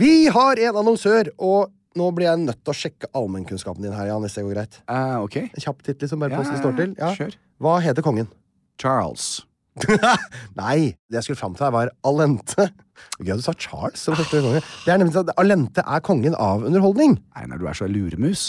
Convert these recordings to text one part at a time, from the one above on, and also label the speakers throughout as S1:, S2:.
S1: Vi har en annonsør, og nå blir jeg nødt til å sjekke allmennkunnskapen din her, Jan, hvis det går greit.
S2: Eh, ok.
S1: En kjapp tittel som bare på
S2: Ja,
S1: hvordan det
S2: ja,
S1: står til.
S2: ja. Kjør.
S1: Hva heter kongen?
S2: Charles.
S1: Nei, det jeg skulle fram til her, var Alente. Gøy at du sa Charles som første konge. Det er nemlig sånn at Alente er kongen av underholdning.
S2: Einar, du er så luremus.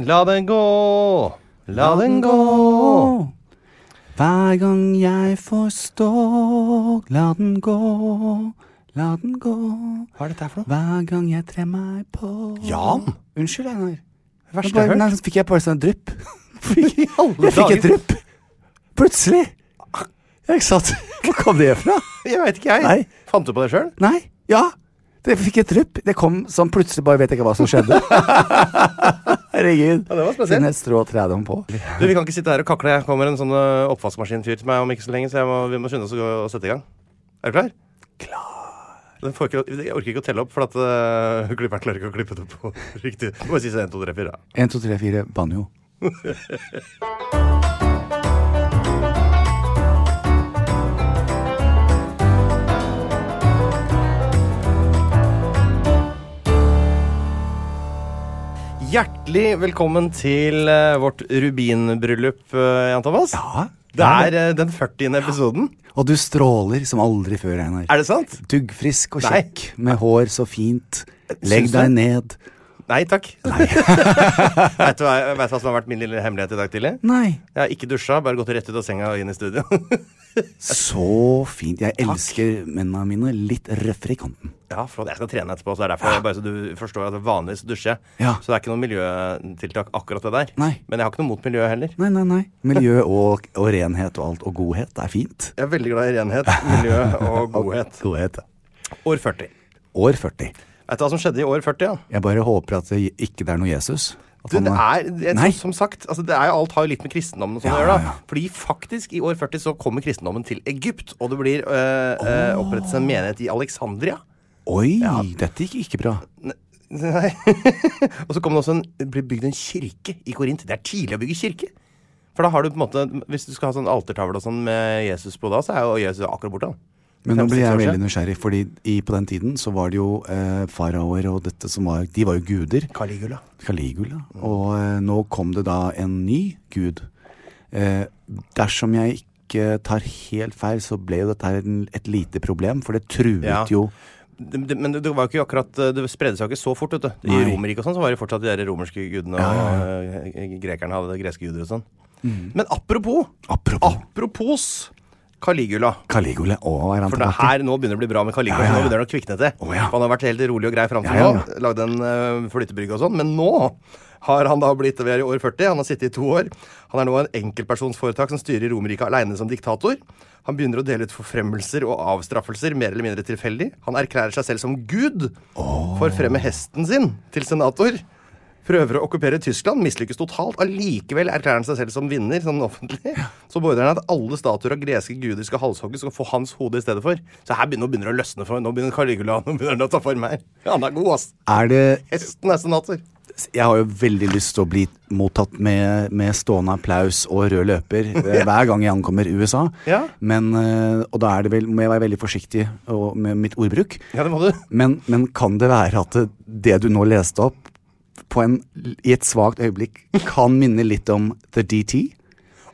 S3: La den gå, la den gå.
S2: Hver gang jeg forstår, la den gå, la den gå.
S3: Hva er dette her for noe?
S2: Hver gang jeg trer meg på
S3: Jan?
S2: Unnskyld, Einar.
S3: Det verste
S2: Nå bare-
S3: jeg har
S2: Nei,
S3: hørt.
S2: så fikk jeg bare sånn drypp. jeg
S3: alle
S2: fikk et
S3: dager.
S2: drypp. Plutselig. Jeg satt Hvor kom det fra?
S3: Jeg veit ikke, jeg.
S2: Nei.
S3: Fant du på det sjøl?
S2: Nei. Ja. Det fikk et drypp. Det kom sånn plutselig, bare vet jeg ikke hva som skjedde. Herregud.
S3: Ja, det var spesielt.
S2: Siden et strå trædde om på.
S3: Du, Vi kan ikke sitte her og kakle. Jeg kommer en sånn øh, oppvaskmaskinfyr til meg om ikke så lenge, så jeg må, vi må skynde oss å gå og sette i gang. Er du klar? Klar. Den får ikke, jeg orker ikke å telle opp, for at øh, klipperen klarer ikke å klippe det på riktig. Du må bare si sånn 1, 2, 3, 4. da.
S2: 1, 2, 3, 4, banjo.
S3: Hjertelig velkommen til øh, vårt rubinbryllup, øh, Jan Thomas.
S2: Ja.
S3: Det er øh, den 40. episoden.
S2: Og du stråler som aldri før, Einar.
S3: Er det sant?
S2: Duggfrisk og
S3: Nei.
S2: kjekk, med hår så fint. Legg
S3: Syns
S2: deg
S3: du?
S2: ned.
S3: Nei takk. Vet du hva vet du hva som har vært min lille hemmelighet i dag tidlig?
S2: Nei.
S3: Jeg har ikke dusja, bare gått rett ut av senga og inn i studio.
S2: Så fint. Jeg elsker mennene mine litt røffere i kanten.
S3: Ja, flott. Jeg skal trene etterpå, så det er derfor jeg bare så du forstår at vanligvis dusjer jeg.
S2: Ja.
S3: Så det er ikke noe miljøtiltak akkurat det der.
S2: Nei.
S3: Men jeg har ikke noe mot miljøet heller.
S2: Nei, nei, nei. Miljø og, og renhet og alt, og godhet, det er fint.
S3: Jeg er veldig glad i renhet, miljø og godhet.
S2: Godhet.
S3: År 40.
S2: År 40.
S3: Vet du hva som skjedde i år 40, ja?
S2: Jeg bare håper at det ikke det er noe Jesus. At
S3: Du,
S2: han
S3: det
S2: er-
S3: er, jeg,
S2: Nei.
S3: tror, som sagt, altså det er, jo- Alt har jo litt med kristendommen og sånn å
S2: Ja,
S3: gjøre.
S2: ja, ja.
S3: da Fordi faktisk, i år 40 så kommer kristendommen til Egypt. Og det blir øh, øh, opprettes en menighet i Alexandria.
S2: Oi, dette gikk ikke bra.
S3: Nei. og så kom det også en, det ble bygd en kirke i Korint. Det er tidlig å bygge kirke. For da har du på en måte, Hvis du skal ha sånn altertavle og sånn med Jesus på da, så er jo Jesus akkurat borte. han.
S2: Men nå
S3: Fem,
S2: blir
S3: seks
S2: jeg
S3: år
S2: veldig
S3: siden.
S2: nysgjerrig, fordi i, på den tiden så var det jo eh, faraoer og dette som var De var jo guder.
S3: Caligula.
S2: Caligula.
S3: Mm.
S2: Og eh, nå kom det da en ny gud. Eh, dersom jeg ikke tar helt feil, så ble jo dette her en, et lite problem, for det truet
S3: Ja.
S2: jo
S3: det, det, men det, det var jo ikke akkurat Det spredde seg jo ikke så fort. Vet du. I
S2: Nei.
S3: Romerriket og sånn så var det fortsatt de der romerske gudene, og eh, grekerne hadde greske guder og sånn. Men apropos
S2: Apropos
S3: Ah. Apropos Caligula.
S2: Caligula og er han
S3: For det
S2: tilbake?
S3: her nå begynner det å bli bra med Caligula.
S2: Ja, ja, ja.
S3: Nå begynner det å kvikne til.
S2: Å, ja.
S3: For Han har vært helt rolig og grei fram til
S2: Ja, ja, ja.
S3: nå. Lagde en uh, flyttebrygge og sånn. Men nå har han da blitt vi er i år 40. Han har sittet i to år. Han er nå en enkeltpersonsforetak som styrer Romerriket aleine som diktator. Han begynner å dele ut forfremmelser og avstraffelser mer eller mindre tilfeldig. Han erklærer seg selv som gud. Forfremmer hesten sin til senator. Prøver å okkupere Tyskland, mislykkes totalt. Allikevel erklærer han seg selv som vinner, sånn offentlig. Så beordrer han at alle statuer av greske guder skal halshogges og få hans hode i stedet for. Så her begynner, nå begynner det å løsne for Nå begynner Caligula nå begynner han å ta form her. Han er god, ass.
S2: Er det
S3: Hesten er senator.
S2: Jeg har jo veldig lyst til å bli mottatt med, med stående applaus og rød løper eh, hver gang jeg ankommer USA.
S3: Ja.
S2: Men, eh, og da er det vel, må jeg være veldig forsiktig og, med mitt ordbruk.
S3: Ja, det må du.
S2: Men, men kan det være at det, det du nå leste opp, på en, i et svakt øyeblikk kan minne litt om The DT?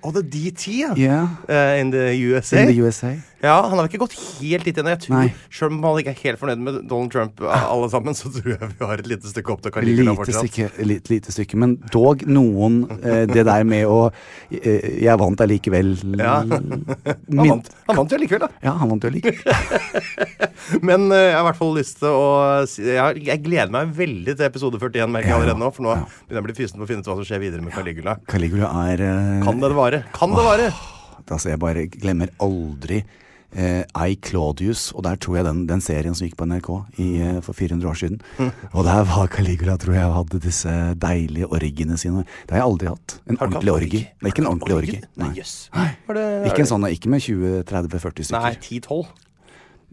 S3: Å, det er DT, ja.
S2: Yeah,
S3: Eh, in the USA.
S2: in the USA.
S3: Ja, han har ikke gått helt dit ennå. Jeg tror,
S2: Nei.
S3: Selv om han ikke er helt fornøyd med Donald Trump, eh, alle sammen, så tror jeg vi har et lite stykke opp til Caligula
S2: Lite
S3: fortsatt.
S2: stykke, litt, lite stykke, men dog noen eh, Det der med å eh, Jeg vant allikevel.
S3: Ja. Han
S2: Min,
S3: vant, han vant jo allikevel, da.
S2: ja, han vant jo allikevel.
S3: Men eh, jeg har i hvert fall lyst til å si jeg, har- jeg gleder meg veldig til episode 41, merker jeg
S2: Ja,
S3: allerede nå. For nå
S2: ja.
S3: begynner jeg å bli fysen på å finne ut hva som skjer videre med Caligula.
S2: Caligula er eh,
S3: Kan det vare? Kan det vare?
S2: altså Jeg bare glemmer aldri eh, I Claudius, og der tror jeg den, den serien som gikk på NRK i, eh, for 400 år siden.
S3: Mm.
S2: Og der var Caligula, tror jeg, hadde disse deilige orgiene sine. Det har jeg aldri hatt. En
S3: Har du ikke
S2: ordentlig
S3: hatt
S2: orgi.
S3: orgi?
S2: Det er ikke en ordentlig orgi.
S3: Orgi?
S2: Nei.
S3: Nei, jøss. Var det- er
S2: Ikke en
S3: det-
S2: sånn, ikke med 20-30-40
S3: Nei,
S2: stykker.
S3: 10-12.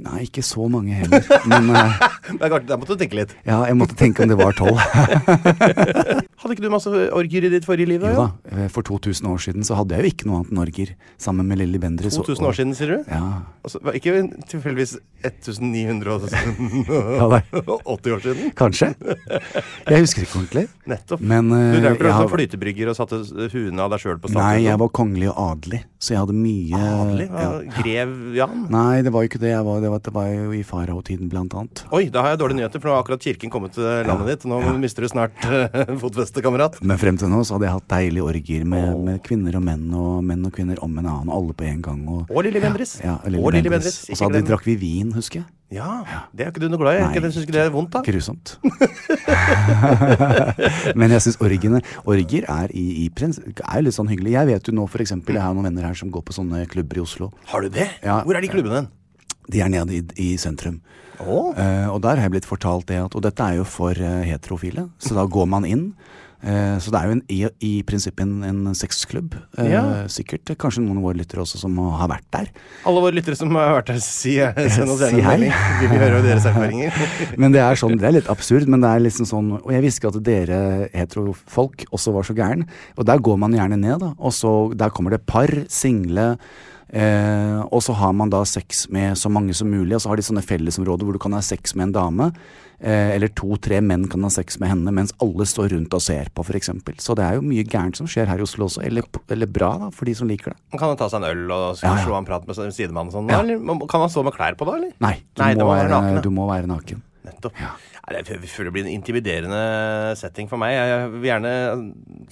S2: Nei, ikke så mange heller. Men eh,
S3: Men det er klart, Der måtte du tenke litt.
S2: ja, jeg måtte tenke om det var 12.
S3: Hadde ikke du masse orgier i ditt forrige liv?
S2: Jo da,
S3: da?
S2: eh, for 2000 år siden så hadde jeg jo ikke noe annet enn orgier. Sammen med Lilly Bendriss. og-
S3: 2000 år siden, sier du?
S2: Ja,
S3: Altså, var ikke tilfeldigvis 1980
S2: ja nei.
S3: år siden?
S2: Kanskje. Jeg husker ikke ordentlig.
S3: Nettopp.
S2: Men eh,
S3: Du drev ikke
S2: jeg
S3: sånn
S2: har-
S3: flytebrygger og satte huene av deg sjøl på statuen?
S2: Nei, jeg var kongelig og adelig, så jeg hadde mye
S3: Adelig?
S2: Ja.
S3: Hva- Grev Jan?
S2: Nei, det var jo ikke det. Jeg var, det, var, det var jo i farao-tiden, blant annet.
S3: Oi, da har jeg dårlige nyheter, for nå har akkurat kirken kommet til landet ditt. Nå mister du snart eh, fotfestet, kamerat.
S2: Men frem til nå så hadde jeg hatt deilige orgier med, med kvinner og menn, og menn og kvinner om en annen, og alle på en gang. Og,
S3: Og Lille Bendriss.
S2: ja, og Lilly
S3: og Lille
S2: Bendriss.
S3: Bendriss.
S2: Og
S3: ikke
S2: så hadde,
S3: glem.
S2: drakk vi vin, husker jeg.
S3: Ja, det er ikke du noe glad i.
S2: Nei,
S3: Ikke det, synes ikke det er vondt, da?
S2: Grusomt. Men jeg syns orgiene Orgier er, i, i prins, er litt sånn hyggelig. Jeg vet jo nå f.eks. Jeg har noen venner her som går på sånne klubber i Oslo.
S3: Har du det?
S2: Ja.
S3: Hvor er de klubbene?
S2: De er nede i, i sentrum.
S3: Å.
S2: Eh, og der har jeg blitt fortalt det at Og dette er jo for eh, heterofile, så da går man inn. Eh, så det er jo en, i, i prinsippet en, en sexklubb. eh,
S3: Ja.
S2: Sikkert kanskje noen av våre lyttere også som har vært der.
S3: Alle våre lyttere som har vært her, si, eh, send oss
S2: Eh, Si
S3: gjerne en
S2: hei.
S3: melding. Vi vil høre deres erfaringer.
S2: Men det er sånn, det er litt absurd, men det er liksom sånn Og jeg visste ikke at dere heterofolk også var så gæren. Og der går man gjerne ned, da. Og så der kommer det par, single. Eh, og så har man da sex med så mange som mulig, og så har de sånne fellesområder hvor du kan ha sex med en dame. Eh, eller to-tre menn kan ha sex med henne mens alle står rundt og ser på, f.eks. Så det er jo mye gærent som skjer her i Oslo også. Eller, eller bra, da, for de som liker det.
S3: Man kan jo ta seg en øl og s-
S2: Ja, ja.
S3: slå en prat med s- sidemannen og sånn. da, eller? Man- Kan man stå med klær på da, eller?
S2: Nei, du,
S3: Nei, det
S2: må,
S3: må være
S2: være,
S3: naken, da.
S2: du må være naken.
S3: Nettopp. Nei, det- jeg føler det blir en intimiderende setting for meg. Jeg vil gjerne eh,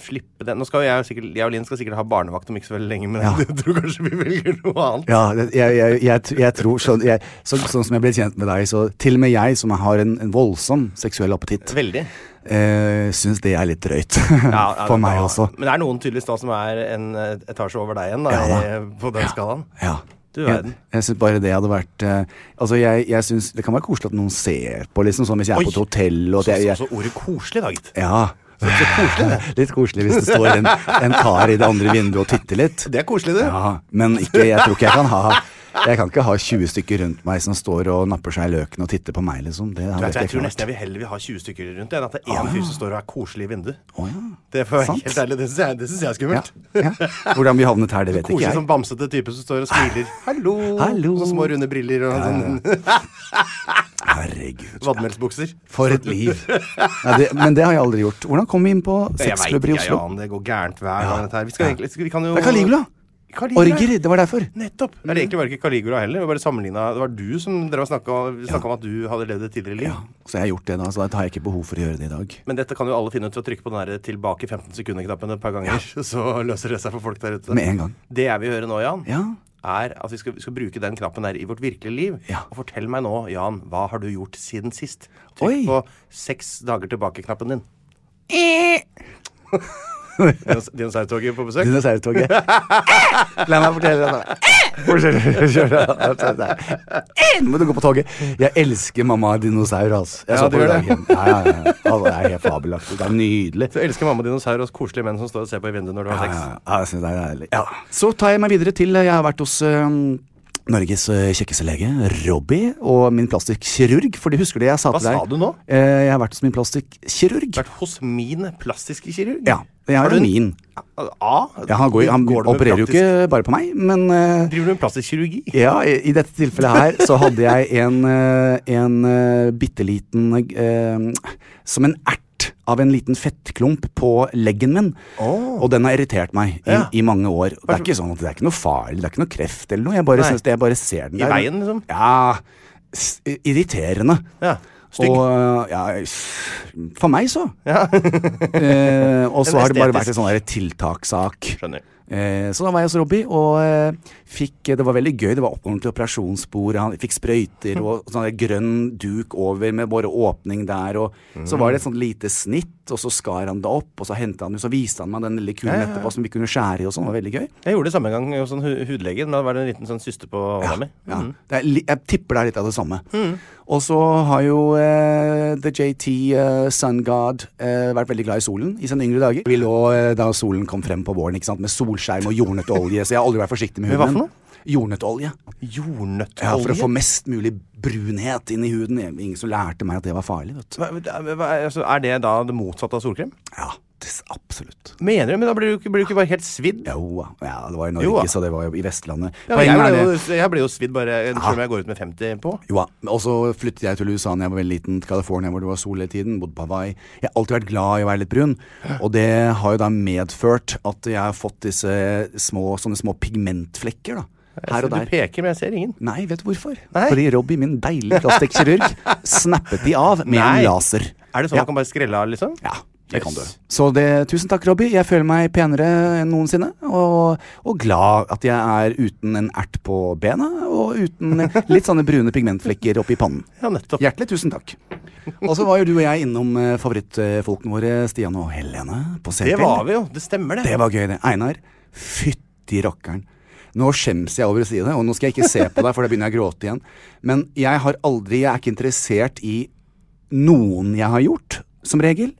S3: slippe den. Nå skal jo jeg, sikkert, jeg og Linn skal sikkert ha barnevakt om ikke så veldig lenge, men
S2: Ja.
S3: jeg tror kanskje vi velger noe annet.
S2: Ja, det- jeg, jeg, jeg, tr- jeg tror sånn, jeg, så, sånn som jeg ble kjent med deg, så til og med jeg som har en, en voldsom seksuell appetitt,
S3: Veldig.
S2: eh, syns det er litt drøyt.
S3: Ja, ja,
S2: For
S3: det-
S2: meg
S3: da-
S2: også.
S3: Men det er noen tydeligvis da som er en eh, etasje over deg igjen, da,
S2: Ja, da.
S3: i- på den skalaen.
S2: Ja.
S3: Du
S2: Jeg,
S3: verden.
S2: jeg syns bare det hadde vært eh, Altså, jeg, jeg syns Det kan være koselig at noen ser på, liksom, sånn hvis jeg er
S3: Oi.
S2: på et hotell og
S3: Så,
S2: at jeg,
S3: så,
S2: jeg
S3: så ordet koselig, da, gitt.
S2: Ja. Litt koselig hvis det står en, en kar i det andre vinduet og titter litt.
S3: Det er koselig, du.
S2: Ja, men ikke, jeg tror ikke jeg kan ha Jeg kan ikke ha 20 stykker rundt meg som står og napper seg i løken og titter på meg, liksom. Det,
S3: Du vet,
S2: vet
S3: jeg tror
S2: ikke.
S3: nesten jeg vil heller vil ha 20 stykker rundt enn at det er én fyr som står og er koselig i vinduet.
S2: Ah. Å, ja.
S3: Det får jeg
S2: Sant.
S3: helt ærlig, det syns jeg, det synes jeg er
S2: Ja,
S3: skummelt.
S2: ja. Hvordan vi havnet her, det vet ikke
S3: Koselig
S2: jeg.
S3: som bamsete type som står og smiler. Ah, Hallo!
S2: Hallo.
S3: Så små, runde briller og sånn
S2: Herregud.
S3: vadmelsbukser.
S2: For et liv. Nei, det, men det har jeg aldri gjort. Hvordan kom vi inn på
S3: Jeg vet
S2: sexklubber i
S3: ikke, jeg,
S2: Oslo?
S3: Jan. Det går gærent hver gang, dette her. Vi, skal egentlig, skal, vi kan jo
S2: Det er Caligula!
S3: Caligula.
S2: Orger, det var derfor.
S3: Nettopp. Eller egentlig var det ikke Caligula heller. Det var, bare sammenlignet- det var du som dere snakka om at du hadde levd et tidligere liv.
S2: Ja, så jeg har gjort det da, så da har jeg ikke behov for å gjøre det i dag.
S3: Men dette kan jo alle finne ut ved å trykke på den der 'tilbake i 15 sekunder'-knappen et par ganger. Så løser det seg for folk der ute.
S2: Med en gang.
S3: Det jeg vil høre nå, Jan,
S2: Ja.
S3: er at vi skal, vi skal bruke den knappen der i vårt virkelige liv.
S2: Ja.
S3: Og fortell meg nå, Jan, hva har du gjort siden sist?
S2: Oi.
S3: Trykk på seks dager tilbake-knappen din. Eh. Dinos- Dinosaurtoget på besøk.
S2: Dinosaurtoget. La meg fortelle deg det. Fortell- kjør det. Eh, Nå må du gå på toget. Jeg elsker mamma dinosaur, altså. Jeg
S3: Ja,
S2: så
S3: du
S2: på
S3: gjør det.
S2: dagen. Ja, ja, ja. Altså, det er helt fabelaktig. Det er nydelig.
S3: Du elsker mamma dinosaur og koselige menn som står og ser på i vinduet når du har
S2: Ja,
S3: sex.
S2: ja, ja, jeg synes det er deilig. Ja. Så tar jeg meg videre til eh, Jeg har vært hos eh, Norges eh, kjekkeste lege, Robbie, og min plastikkirurg. For de husker det jeg sa
S3: Hva
S2: til deg.
S3: sa du nå?
S2: Eh, Jeg har vært hos min plastikkirurg.
S3: Vært hos min plastiske kirurg?
S2: Ja, jeg
S3: Har
S2: har
S3: du en-
S2: min.
S3: A?
S2: Ja, han går, han
S3: Går det med
S2: opererer jo
S3: praktisk-
S2: ikke bare på meg, men eh,
S3: Driver du med plastisk kirurgi?
S2: Ja, i, i dette tilfellet her så hadde jeg en, eh, en eh, bitte liten eh, Som en ert av en liten fettklump på leggen min. Og den har irritert meg i,
S3: Ja.
S2: i mange år. Det er ikke sånn at det er ikke noe farlig, det er ikke noe kreft eller noe. Jeg bare,
S3: Nei.
S2: synes det, jeg bare ser den
S3: I
S2: der.
S3: veien, liksom?
S2: Ja. s- Irriterende.
S3: Ja. Stygg.
S2: Og eh, ja, for meg så. eh, og så
S3: En
S2: har det bare
S3: estetisk.
S2: vært en sånn der tiltakssak.
S3: Skjønner.
S2: Eh, så da var jeg hos Robbie, og eh, fikk, det var veldig gøy. Det var oppvarming til operasjonsbord, han fikk sprøyter og sånn der grønn duk over med bare åpning der. Og så var det et sånt lite snitt, og så skar han det opp, og så hentet han det, så viste han meg den lille kulen etterpå som vi kunne skjære i og sånn. Det var veldig gøy.
S3: Jeg gjorde det samme en gang hos en hu- hudlege. Da var det en liten sånn syste på hånda mi.
S2: Ja. Det er, li- jeg tipper det er litt av det samme.
S3: Mm.
S2: Og så har jo eh, The JT eh, Sun God eh, vært veldig glad i solen i sine yngre dager. Vi lå eh, da solen kom frem på våren ikke sant? med solskjerm og jordnøtteolje, så jeg har aldri vært forsiktig med
S3: Med
S2: huden.
S3: hva for noe?
S2: Jordnøtteolje. Ja, for å få
S3: Jordnøttolje?
S2: mest mulig brunhet inn i huden. Ingen som lærte meg at det var farlig. vet du.
S3: Hva- hva- hva- altså, er det da det motsatte av solkrem?
S2: Ja, det, s- absolutt.
S3: Mener du? Men da blir du ikke, blir du ikke bare helt svidd?
S2: Jo, ja, det var i
S3: Jo,
S2: Norge,
S3: ja.
S2: så det var jo i Vestlandet.
S3: Ja, men jeg, ble jo, jeg ble jo svidd bare
S2: Ah.
S3: selv om jeg går ut med 50 på.
S2: Jo, ja. Og så flyttet jeg til USA da jeg var veldig liten, til California hvor det var sol hele tiden. Bodde på Hawaii. Jeg har alltid vært glad i å være litt brun, og det har jo da medført at jeg har fått disse små, sånne små pigmentflekker, da. Her og
S3: Du
S2: der.
S3: peker, men jeg ser ingen.
S2: Nei, vet du hvorfor?
S3: Nei.
S2: Fordi Robbie, min deilige plastikkirurg, snappet de av med
S3: Nei.
S2: en laser.
S3: Er det sånn
S2: Ja.
S3: man kan bare skrelle av, liksom?
S2: Ja, det kan du.
S3: Yes.
S2: Så det, tusen takk, Robbie. Jeg føler meg penere enn noensinne. Og, og glad at jeg er uten en ert på bena, og uten litt sånne brune pigmentflekker oppi pannen.
S3: Ja, nettopp.
S2: Hjertelig tusen takk. Og så var jo du og jeg innom eh, favorittfolkene våre, Stian og Helene, på CP.
S3: Det var vi jo. Det stemmer, det.
S2: Det var gøy, det. Einar, fytti rockeren. Nå skjems jeg over å si det, og nå skal jeg ikke se på deg, for da begynner jeg å gråte igjen. Men jeg har aldri Jeg er ikke interessert i noen jeg har gjort, som regel.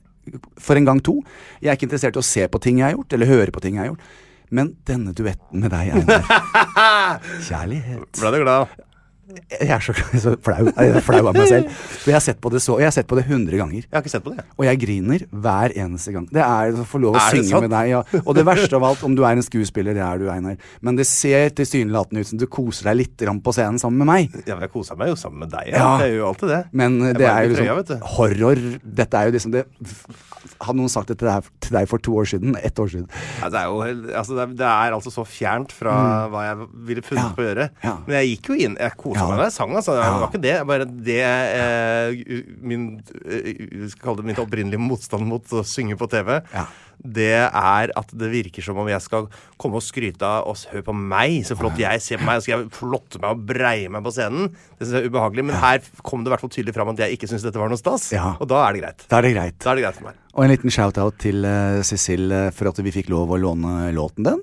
S2: For en gang to. Jeg er ikke interessert i å se på ting jeg har gjort, eller høre på ting jeg har gjort. Men denne duetten med deg, Einar. Kjærlighet.
S3: Ble du glad?
S2: Jeg er så, så flau, jeg er flau av meg selv. For jeg har sett på det så Jeg har sett på det 100 ganger.
S3: Jeg har ikke sett på det.
S2: Og jeg griner hver eneste gang. Det er å få lov å
S3: Er det
S2: synge
S3: sant?
S2: med deg. Ja. Og det verste av alt, om du er en skuespiller, det er du, Einar. Men det ser tilsynelatende ut som du koser deg litt grann på scenen sammen med meg.
S3: Ja, men jeg kosa meg jo sammen med deg.
S2: Ja.
S3: Ja. Jeg gjør jo alltid det.
S2: Men eh,
S3: Jeg
S2: det
S3: bare
S2: er jo
S3: litt trøya, vet
S2: liksom
S3: du.
S2: horror. Dette er jo liksom det Hadde noen sagt det til deg, til deg for to år siden, ett år siden
S3: Ja, det, er jo, helt- altså det, er, det er altså så fjernt fra hva jeg ville
S2: Mm.
S3: funnet
S2: Ja.
S3: på å gjøre.
S2: Ja.
S3: Men jeg gikk jo inn. Jeg kosa
S2: Ja.
S3: meg da jeg sang. Altså. Det
S2: Ja.
S3: var ikke det. Bare det eh, u- min eh, u- skal kalle det mitt opprinnelige motstand mot å synge på TV,
S2: Ja.
S3: det er at det virker som om jeg skal komme og skryte av oss. Hør på meg, så flott jeg ser på meg. Så skal jeg flotte meg og breie meg på scenen. Det syns jeg er ubehagelig. Men her kom det i hvert fall tydelig fram at jeg ikke syns dette var noe stas.
S2: Ja.
S3: Og da er det greit.
S2: Da er det greit.
S3: Da er det greit for meg.
S2: Og en liten shout-out til eh, Cecil eh, for at vi fikk lov å låne låten den.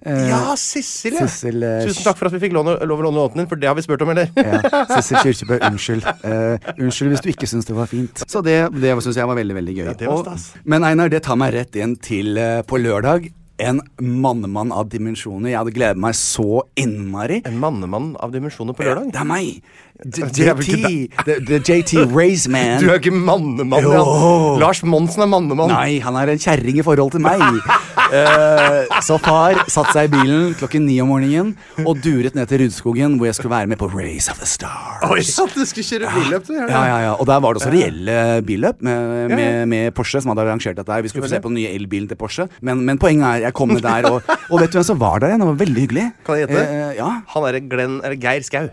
S2: Eh,
S3: Ja, Sissel, ja.
S2: Sissel, eh,
S3: Tusen takk for at vi fikk låne, lov å låne låten din, for det har vi spurt om, eller?
S2: Ja, Cecil Kyrkjebø, unnskyld. Eh, unnskyld hvis du ikke syns det var fint. Så det, det syns jeg var veldig veldig gøy.
S3: det var
S2: Og-
S3: stas.
S2: men Einar, det tar meg rett inn til eh, på lørdag. En mannemann av dimensjoner. Jeg hadde gledet meg så innmari.
S3: En Eh, mannemann av dimensjoner på lørdag?
S2: Det er meg! D-
S3: Det er vel
S2: JT. The, the JT Raceman.
S3: Du er ikke mannemann,
S2: Jo.
S3: Jan. Lars Monsen er mannemann.
S2: Nei, han er en kjerring i forhold til meg. Eh, så far satte seg i bilen klokken ni om morgenen og duret ned til Rudskogen, hvor jeg skulle være med på Race of the Stars.
S1: Oi, sant, du skulle kjøre billøp, du.
S2: Ja, ja, ja. Og der var det også reelle billøp med, med, med Porsche, som hadde arrangert dette. her Vi skulle få se på den nye elbilen til Porsche. Men, men poenget er, jeg kom ned der, og, og vet du hvem som var der igjen? Det var veldig hyggelig.
S3: Kan jeg gjette?
S2: Eh, ja.
S3: Han er Glenn Eller Geir Skau.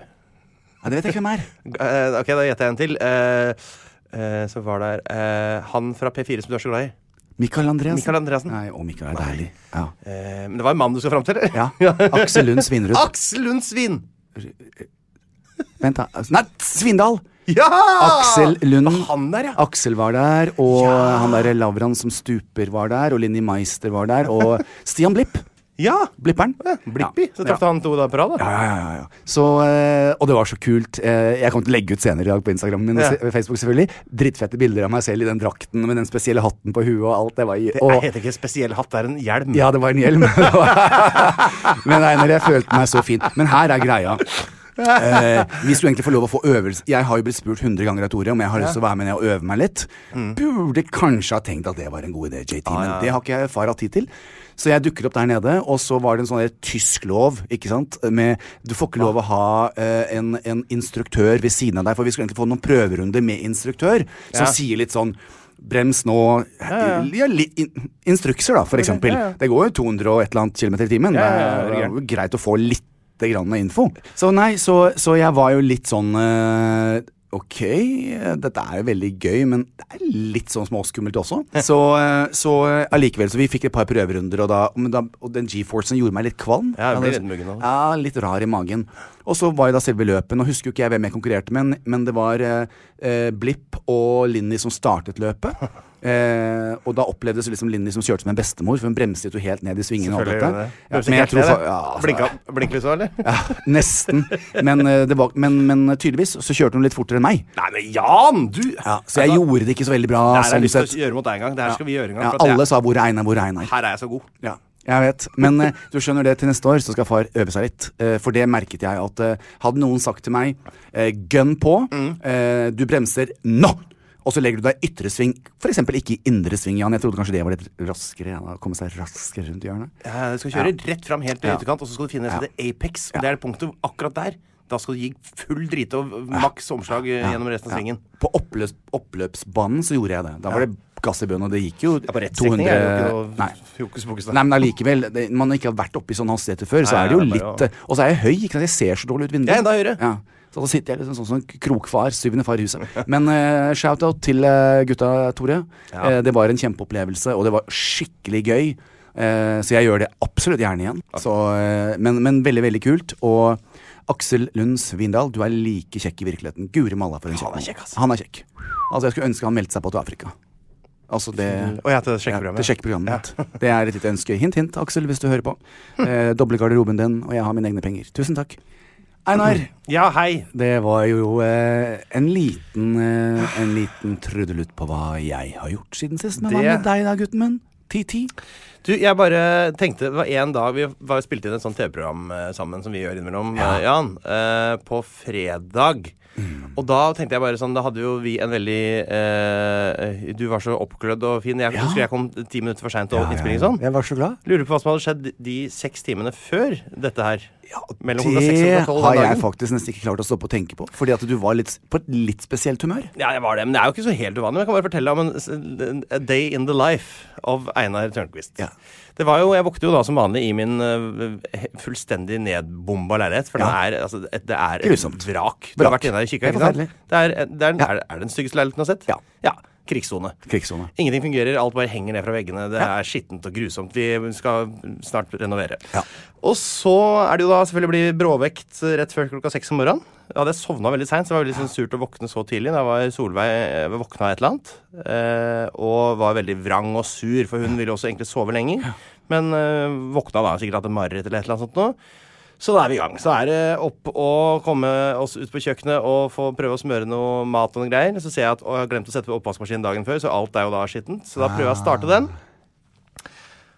S2: Nei, det vet jeg ikke hvem er.
S3: Eh, ok, da gjetter jeg en til. Eh, eh, som var der eh, Han fra P4 som du er så glad i.
S2: Mikael Andreassen.
S3: Mikael Andreassen.
S2: Nei, og Mikael er deilig. Ja.
S3: Eh, men det var en mann du skal fram til? eller?
S2: ja. Aksel Lund Svinrud.
S3: Aksel Lund Svin!
S2: Vent, da. Nei, Svindal!
S3: Ja!
S2: Aksel Lund.
S3: Ah! Han der, ja.
S2: Aksel var der, og han derre Lavran som stuper var der, og Linni Meister var der, og Stian Blipp.
S3: ja.
S2: Blipperen.
S3: Blippi. Så traff
S2: ja.
S3: han to da på rad, da.
S2: Ja, ja, ja, ja. Så, eh, og det var så kult. Eh, Jeg kommer til å legge ut senere i dag på Instagram min og
S3: Ja.
S2: se- Facebook. selvfølgelig Drittfette bilder av meg selv i den drakten med den spesielle hatten på huet. og alt Det var i-
S3: Det
S2: og,
S3: heter ikke spesiell hatt, det er en hjelm.
S2: Ja, det var en hjelm. Men nei, når jeg følte meg så fin. Men her er greia. Eh, vi skulle egentlig få lov å få øvelse Jeg har jo blitt spurt 100 ganger av Tore om jeg har lyst til å være med ned og øve meg litt.
S3: Mm.
S2: Burde kanskje ha tenkt at det var en god idé, JT, men det har ikke jeg far hatt tid til. Så jeg dukker opp der nede, og så var det en sånn der tysk lov, ikke sant, med Du får ikke lov å ha eh, en, en instruktør ved siden av deg, for vi skulle egentlig få noen prøverunder med instruktør, som
S3: Ja.
S2: sier litt sånn Brems nå ja, li, in, Instrukser, da, for eksempel. Det går jo 200 og et eller annet kilometer i timen.
S3: ja, ja,
S2: det
S3: det
S2: er
S3: er
S2: jo greit å få litt grann info. Så nei, så, så jeg var jo litt sånn eh, Ok, dette er jo veldig gøy, men det er litt sånn småskummelt også. Så, eh, så eh, allikevel, så vi fikk et par prøverunder, og, da, men da, og den G-forcen gjorde meg litt kvalm.
S3: Ja, jeg blir
S2: hadde-
S3: redd i muggen av det.
S2: ja, litt rar i magen. Og så var jo da selve løpet. Nå husker jo ikke jeg hvem jeg konkurrerte med, men- men det var eh, eh, Blipp og Linni som startet løpet. Eh, og da opplevdes det liksom Linni som kjørte som en bestemor, for hun bremset jo helt ned i svingene. og alt dette. Ja,
S3: Selvfølgelig gjør det det. Bremser
S2: men jeg
S3: ikke
S2: tror
S3: helt
S2: fa-
S3: ned,
S2: ja,
S3: det.
S2: altså-
S3: Blinka, blinker du så, eller?
S2: ja, nesten. Men, eh, det var, men, men tydeligvis så kjørte hun litt fortere enn meg.
S3: Nei, men Jan, du!
S2: Ja, så jeg gjorde det ikke så veldig bra.
S3: Det her har jeg
S2: sånn
S3: lyst til
S2: sett.
S3: å gjøre mot deg en gang. Det her skal vi gjøre en gang.
S2: ja,
S3: for at jeg-
S2: alle sa 'hvor er Einar', hvor er Einar'.
S3: Her er jeg så god.
S2: Ja, jeg vet. Men eh, du skjønner det, til neste år så skal far øve seg litt. Eh, for det merket jeg at eh, hadde noen sagt til meg eh, gønn på,
S3: Mm.
S2: eh, du bremser nå! Og så legger du deg i ytre sving, f.eks. ikke i indre sving, Jan. Jeg trodde kanskje det var litt raskere. Ja, da, komme seg raskere rundt hjørnet.
S3: Ja, Du skal kjøre rett fram helt til
S2: Ja.
S3: ytterkant, og så skal du finne det stedet Apex. Og det er det punktet hvor- akkurat der. Da skal du gi full drite og maks omslag eh, gjennom resten av svingen.
S2: På oppløs, oppløpsbanen så gjorde jeg det. Da var det gass i bønn, og det gikk jo
S3: Ja, på rett
S2: 200
S3: strekning er det jo ikke
S2: Nei.
S3: noe hokus pokus. da.
S2: Nei, men allikevel. det- Man har ikke vært oppe i sånne hastigheter før, så
S3: Nei,
S2: er det jo
S3: det er bare
S2: litt eh, Og så er jeg høy, ikke sant. Jeg ser så dårlig ut vinduet.
S3: Jeg er enda høyere.
S2: Ja. Så da sitter jeg liksom sånn som en krokfar, syvende far i huset. Men eh, shout-out til eh, gutta, Tore. Eh, det var en kjempeopplevelse, og det var skikkelig gøy. Eh, så jeg gjør det absolutt gjerne igjen. Så, eh, men, men veldig, veldig kult. Og Aksel Lund Svindal, du er like kjekk i virkeligheten. Guri malla for en kjekk
S3: er
S2: mann.
S3: kjekk, altså.
S2: Han er kjekk. Altså, jeg skulle ønske han meldte seg på til Afrika. Altså det
S3: Å, ja, til
S2: ja,
S3: sjekkeprogrammet.
S2: til sjekkeprogrammet mitt. Det er et lite ønske. Hint, hint, Aksel, hvis du hører på. Eh, Doble garderoben din, og jeg har mine egne penger. Tusen takk. Einar,
S3: Ja, hei.
S2: Mm. det var jo eh, en liten eh, En liten trudelutt på hva jeg har gjort siden sist. Men hva
S3: Det-
S2: med deg da, gutten min? TT?
S3: Du, jeg bare tenkte Det var en dag vi var spilte inn et sånt TV-program eh, sammen som vi gjør innimellom, eh, Jan. Eh, på fredag.
S2: Mm.
S3: Og da tenkte jeg bare sånn Da hadde jo vi en veldig eh, Du var så oppglødd og fin. Jeg husker jeg kom ti minutter for seint til innspilling og sånn.
S2: Jeg var så glad.
S3: Lurer på hva som hadde skjedd de seks timene før dette her. Mellom klokka seks og
S2: Det
S3: klokka tolv
S2: har
S3: den
S2: jeg
S3: dagen.
S2: faktisk nesten ikke klart å stoppe å tenke på. Fordi at du var litt, på et litt spesielt humør.
S3: Ja, jeg var det, men det er jo ikke så helt uvanlig. Men Jeg kan bare fortelle om en s- A Day in the Life av Einar Tørnquist.
S2: Ja.
S3: Det var jo, Jeg våknet jo da som vanlig i min øh, he- fullstendig nedbomba leilighet. For
S2: Ja.
S3: det er, altså, et, det er
S2: Grusomt.
S3: et vrak. Du har
S2: Vrak.
S3: vært inne der og kikka.
S2: Det er
S3: ikke sant?
S2: forferdelig.
S3: Det er, det er, er, er det den styggeste leiligheten du har sett?
S2: Ja.
S3: Krigssone.
S2: Krigssone.
S3: Ingenting fungerer, alt bare henger ned fra veggene. Det er skittent og grusomt. Vi skal snart renovere.
S2: Ja.
S3: Og så er det jo da selvfølgelig blir bråvekt rett før klokka seks om morgenen. Da hadde jeg sovna veldig seint, så det var veldig sånn surt å våkne så tidlig. Da var Solveig eh, våkna av et eller annet, eh, og var veldig vrang og sur, for hun ville også egentlig sove lenger. Men eh, våkna da sikkert hatt et mareritt eller et eller annet sånt noe. Så da er vi i gang. Så er det opp og komme oss ut på kjøkkenet og få prøve å smøre noe mat og noen greier. Så ser jeg at å, jeg har glemt å sette på oppvaskmaskinen dagen før, så alt er jo da skittent. Så da prøver jeg å starte den.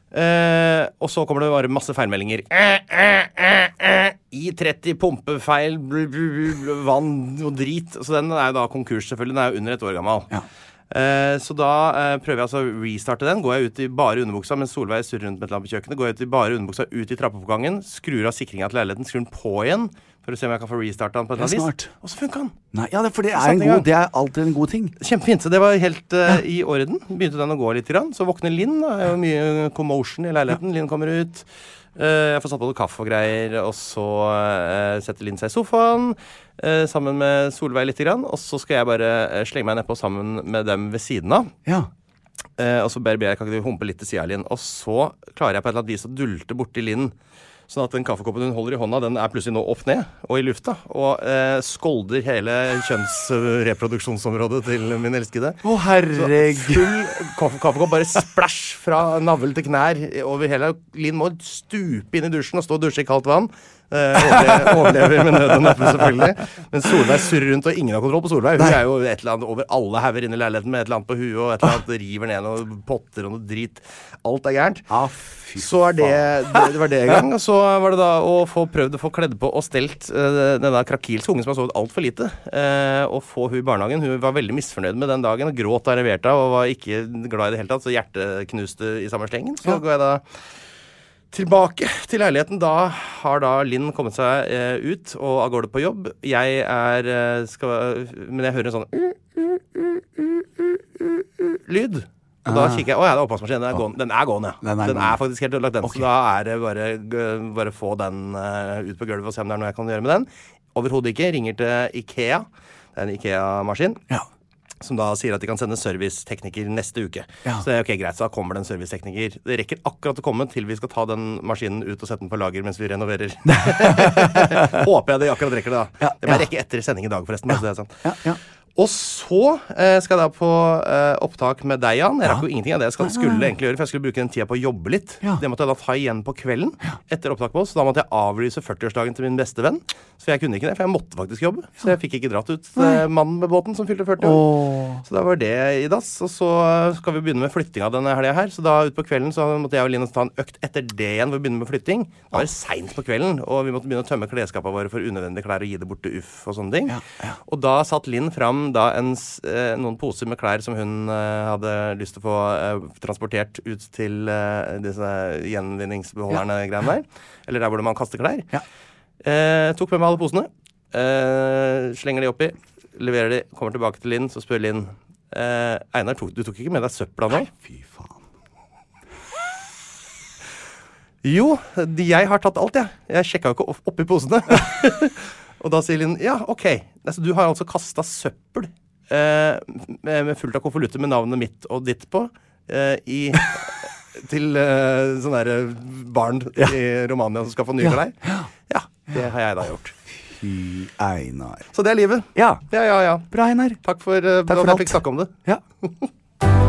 S3: Eh, og så kommer det bare masse feilmeldinger. Eh, eh, eh, eh. I30, pumpefeil, bl- bl- bl- bl- vann og drit. Så den er jo da konkurs, selvfølgelig. Den er jo under et år gammel.
S2: Ja.
S3: Eh, så da eh, prøver jeg altså å restarte den. Går jeg ut i bare underbuksa mens Solveig surrer rundt med et eller annet på kjøkkenet. Går jeg ut i bare underbuksa ut i trappeoppgangen, skrur av sikringa til leiligheten, skrur den på igjen for å se om jeg kan få restarta den på et
S2: Det er
S3: eller annet
S2: smart.
S3: vis. Og så funka den!
S2: Nei, ja, det, for det er,
S3: Satt
S2: en
S3: i
S2: god,
S3: gang.
S2: det er alltid en god ting.
S3: Kjempefint. Så det var helt eh, i orden. Begynte den å gå litt. Grann. Så våkner Linn. da. Det er jo mye commotion i leiligheten. Linn kommer ut. Eh, jeg får satt på noe kaffe og greier, og så eh, setter Linn seg i sofaen eh, sammen med Solveig lite grann. Og så skal jeg bare eh, slenge meg nedpå sammen med dem ved siden av.
S2: Ja.
S3: Eh, og så ber jeg kan ikke du humpe litt til sida av Linn. Og så klarer jeg på et eller annet vis å dulte borti Linn. Sånn at den kaffekoppen hun holder i hånda, den er plutselig nå opp ned og i lufta. Og eh, skolder hele kjønnsreproduksjonsområdet til min elskede.
S2: Å, herregud.
S3: Full kaffe- kaffekopp, bare splæsj fra navl til knær over hele. Linn må stupe inn i dusjen og stå og dusje i kaldt vann. Eh, overle- overlever med nød og neppe, selvfølgelig. Men Solveig surrer rundt, og ingen har kontroll på Solveig. Hun er jo et eller annet over alle hauger inne i leiligheten med et eller annet på huet, og et eller annet river ned noen potter og noe drit. Alt er gærent.
S2: Ja, fy
S3: Så er det, det, det var det i gang. Og så var det da å få prøvd å få kledd på og stelt eh, denne krakilske ungen som har sovet altfor lite, eh, og få hun i barnehagen. Hun var veldig misfornøyd med den dagen og gråt og leverte av og var ikke glad i det hele tatt, så hjertet knuste i samme slengen. Så går jeg da Tilbake til leiligheten. Da har da Linn kommet seg eh, ut og av gårde på jobb. Jeg er eh, skal, Men jeg hører en sånn lyd. Og da kikker jeg. Å ja, det er oppvaskmaskinen. Den er gående. Den er, gående.
S2: Ah. Den er
S3: Den
S2: gående.
S3: er faktisk helt ødelagt, den. Så da er det bare, g- bare få den eh, ut på gulvet og se om det er noe jeg kan gjøre med den. Overhodet ikke. Ringer til Ikea. Det er en Ikea-maskin
S2: Ja.
S3: som da sier at de kan sende servicetekniker neste uke.
S2: Ja.
S3: Så det er ok, greit, så da kommer det en servicetekniker. Det rekker akkurat å komme til vi skal ta den maskinen ut og sette den på lager mens vi renoverer. Håper jeg det akkurat rekker det, da.
S2: Ja,
S3: det må jeg
S2: ja.
S3: rekke etter sending i dag, forresten. bare så Det er sant.
S2: Ja, ja.
S3: Og så eh, skal jeg da på eh, opptak med deg, Jan. Jeg rakk jo ingenting av det jeg skal, skulle egentlig gjøre, for jeg skulle bruke den tida på å jobbe litt.
S2: Ja.
S3: Det måtte jeg da ta igjen på kvelden etter opptak med oss. Så da måtte jeg avlyse 40-årsdagen til min beste venn. Så jeg kunne ikke det, for jeg måtte faktisk jobbe. Så jeg fikk ikke dratt ut eh, mannen med båten som fylte 40 år. Så da var det i dass. Og så skal vi begynne med flyttinga denne helga her. Så da utpå kvelden så måtte jeg og Linus ta en økt etter det igjen for å begynne med flytting. Da var det seint på kvelden, og vi måtte begynne å tømme klesskapene våre for unødvendige klær og gi det bort til UFF og sånne ting. Og da satt Linn fram da en, s- eh, noen poser med klær som hun eh, hadde lyst til å få eh, transportert ut til eh, disse gjenvinningsbeholderne greiene der. Eller der hvor man kaster klær.
S2: Ja.
S3: Eh, tok med meg alle posene. Eh, slenger de oppi, leverer de, kommer tilbake til Linn, så spør Linn eh, Einar, tok, du tok ikke med deg søpla nå?
S2: Fy faen.
S3: Jo, de- jeg har tatt alt, jeg. Jeg sjekka jo ikke opp- oppi posene. og da sier Linn ja, OK. Nei, så du har altså kasta søppel eh, med, med fullt av konvolutter med navnet mitt og ditt på eh, i til eh, sånne der barn i Romania som skal få nye klær? Ja. Det har jeg da gjort.
S2: Fy Einar.
S3: Så det er livet.
S2: Ja.
S3: Ja, ja, ja.
S2: Bra, Einar.
S3: Takk for, eh,
S2: for
S3: at
S2: alt.
S3: jeg fikk snakke om det.
S2: Ja.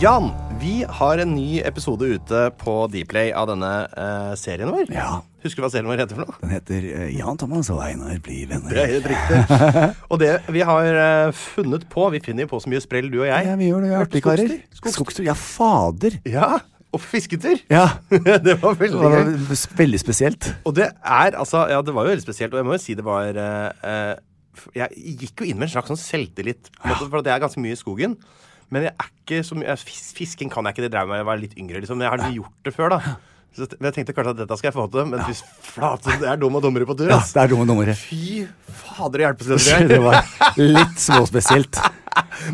S3: Jan, vi har en ny episode ute på Dplay av denne eh, serien vår.
S2: Ja.
S3: Husker du hva serien vår heter for noe?
S2: Den heter eh, Jan Thomas og Einar blir venner.
S3: Det er helt riktig. Og det vi har eh, funnet på Vi finner jo på så mye sprell, du og jeg.
S2: Ja, vi gjør det. vi er Artige karer.
S3: Skogstur. Skogstur.
S2: Skogstur. Ja, fader.
S3: Ja, Og fisketur!
S2: Ja.
S3: det var
S2: Det
S3: veldig
S2: var
S3: gøy.
S2: veldig spesielt.
S3: Og det er altså Ja, det var jo veldig spesielt, og jeg må jo si det var eh, eh, f- Jeg gikk jo inn med en slags sånn selvtillit, på en måte, for det er ganske mye i skogen. Men jeg er ikke så mye fis, Fisking kan jeg ikke, det drev med da jeg var litt yngre, liksom. Men jeg har liksom gjort det før, da. Så t- men jeg tenkte kanskje at dette skal jeg få til, men fy flate, det er dum og dummere på tur,
S2: Ja,
S3: ass.
S2: det er dumme dommere.
S3: Fy fader, hjelpeløs jeg
S2: Det var litt småspesielt.
S3: er.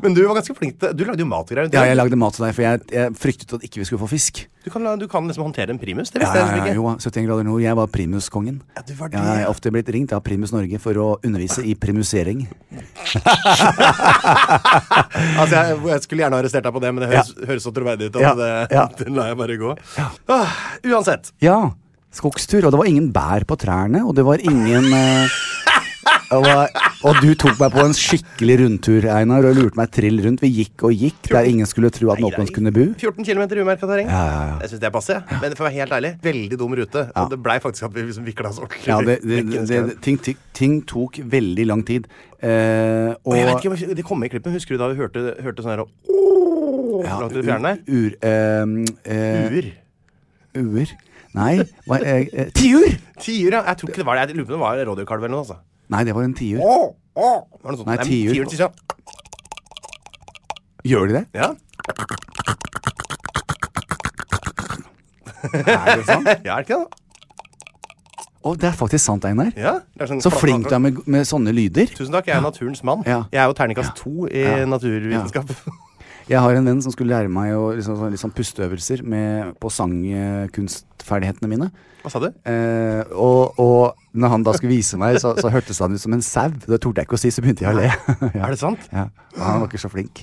S3: Men du var ganske flink til Du lagde jo mat og greier.
S2: Ja, jeg lagde mat til deg, for jeg, jeg fryktet at ikke vi skulle få fisk.
S3: Du kan, la- du kan liksom håndtere en primus? Det
S2: Ja, ja,
S3: visste jeg
S2: ja,
S3: liksom ikke.
S2: jo, 71 grader nord. Jeg var primuskongen.
S3: Ja, du var det,
S2: Jeg har
S3: ja.
S2: ofte blitt ringt av Primus Norge for å undervise i primusering.
S3: Altså, jeg, jeg skulle gjerne arrestert deg på det, men det høres, høres så troverdig ut. at
S2: Ja,
S3: Det,
S2: ja.
S3: Den lar jeg bare gå. Ah, uansett.
S2: Ja, skogstur. Og det var ingen bær på trærne, og det var ingen eh, det var, Og du tok meg på en skikkelig rundtur, Einar, og lurte meg trill rundt. Vi gikk og gikk der ingen skulle tro at
S3: Nei,
S2: noen
S3: det er-
S2: kunne bo.
S3: 14 km umerka terreng.
S2: Ja, ja, ja.
S3: Jeg syns det er passe. Men for å være helt ærlig, veldig dum rute. Og det blei faktisk at vi liksom vikla oss ordentlig.
S2: Ja, det, det, det, det, ting, ting, ting tok veldig lang tid. Eh, og
S3: og jeg vet ikke om jeg- det kom med i klippet. Husker du da vi hørte, hørte sånn her «Åh»,
S2: Ja,
S3: langt ut i fjerne?
S2: Ur, eh, eh,
S3: Uer.
S2: uer? Nei, hva, eh, eh, tiur!
S3: Tiur, ja. Jeg tror ikke det var det. Jeg lurer på om det var rådyrkalv eller noe. altså.
S2: Nei, det var en tiur.
S3: Åh, åh. Var det noe sånt?
S2: Nei,
S3: men
S2: tiur.
S3: Tiuren sier sånn
S2: Gjør de det?
S3: Ja.
S2: Er det sant?
S3: ja, er det ikke det?
S2: Å, det er faktisk sant, Einar.
S3: Ja, det er sånn
S2: Så flink du er med, med sånne lyder.
S3: Tusen takk, jeg er naturens mann.
S2: Ja.
S3: Jeg er jo terningkast to i
S2: Ja.
S3: naturvitenskap.
S2: Jeg har en venn som skulle lære meg å, liksom, sånn- litt sånn pusteøvelser med, på sangkunstferdighetene mine.
S3: Hva sa du?
S2: Eh, og, og når han da skulle vise meg, så, så hørtes han ut som en sau. Det torde jeg ikke å si, så begynte jeg å le. ja.
S3: Er det sant?
S2: Ja. Og han var ikke så flink.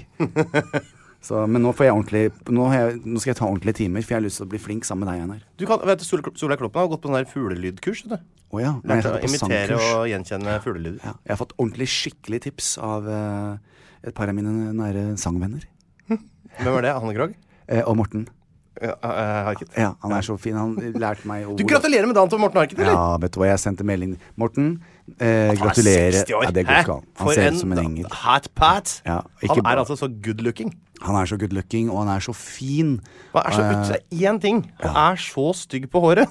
S2: Så, men nå, får jeg ordentlig, Eh, nå, har jeg, nå skal jeg ta ordentlige timer, for jeg har lyst til å bli flink sammen med deg, Einar.
S3: Du kan, vet du, Sol- Solveig Kloppen har gått på sånn der fuglelydkurs. vet du.
S2: Å ja. Nei, jeg
S3: Lært å
S2: skal på
S3: imitere
S2: sangkurs.
S3: og gjenkjenne fuglelyder.
S2: Ja, jeg har fått ordentlig skikkelig tips av eh, et par av mine nære sangvenner.
S3: Hvem var det? Hanne Krogh?
S2: Eh, og Morten.
S3: Ja, eh, Harket.
S2: Ja, han er så fin. Han lærte meg ord.
S3: Du gratulerer med dagen til Morten Harket, eller?
S2: Ja, vet du hva, jeg sendte melding Morten, eh, gratulerer. Ja, det går ikke an. Han ser ut som en engel.
S3: Hot pat.
S2: Ja, ikke
S3: han er
S2: bra.
S3: altså så good looking.
S2: Han er så good looking, og han er så fin.
S3: Han er så
S2: Eh,
S3: ut, det er én ting. Han er så stygg på håret.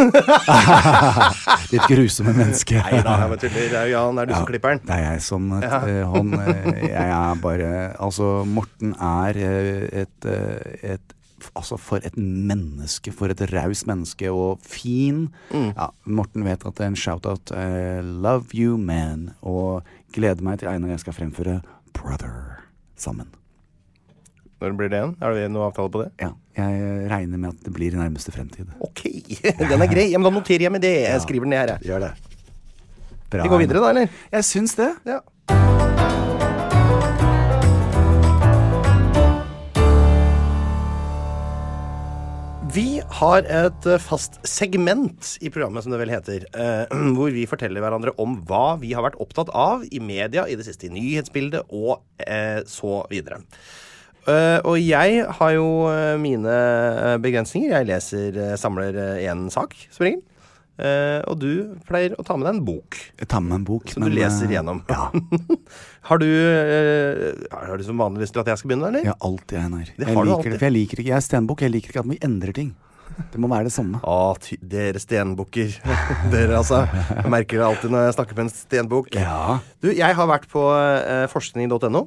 S2: Ditt grusomme menneske.
S3: Nei da, jeg bare tuller. Det er jo Jan, det er du som klipper den.
S2: Det er jeg som eh, han eh, Jeg er bare Altså, Morten er eh, et, eh, et Altså, for et menneske. For et raust menneske, og fin.
S3: Mm.
S2: Ja, Morten vet at det er en shout-out. eh, love you, man. Og gleder meg til Einar jeg skal fremføre Brother sammen.
S3: Når blir det igjen? Er det noe avtale på det?
S2: Ja, jeg eh, regner med at det blir i nærmeste fremtid.
S3: Ok, den er grei. Ja, men da noterer jeg med det. Jeg skriver den ned her. jeg.
S2: Gjør det. Bra,
S3: Vi går videre, da, eller?
S2: Jeg syns det.
S3: Ja. Vi har et eh, fast segment i programmet, som det vel heter, eh, hvor vi forteller hverandre om hva vi har vært opptatt av i media i det siste, i nyhetsbildet og eh, så videre. Eh, og jeg har jo eh, mine eh, begrensninger. Jeg leser, eh, samler én sak, som regel. Eh, og du pleier å ta med deg en bok.
S2: Jeg tar med meg en bok. eh,
S3: Som du leser gjennom.
S2: Ja.
S3: Har du, eh, har du som vanlig lyst til at jeg skal begynne, eller?
S2: Ja, alltid Einar. Jeg,
S3: har du
S2: liker
S3: alltid.
S2: det, for jeg liker ikke Jeg er stenbukk, jeg liker ikke at vi endrer ting. Det må være det samme.
S3: Å, ty dere stenbukker. dere, altså. Jeg merker det alltid når jeg snakker med en stenbukk.
S2: Ja.
S3: Du, jeg har vært på eh, forskning.no.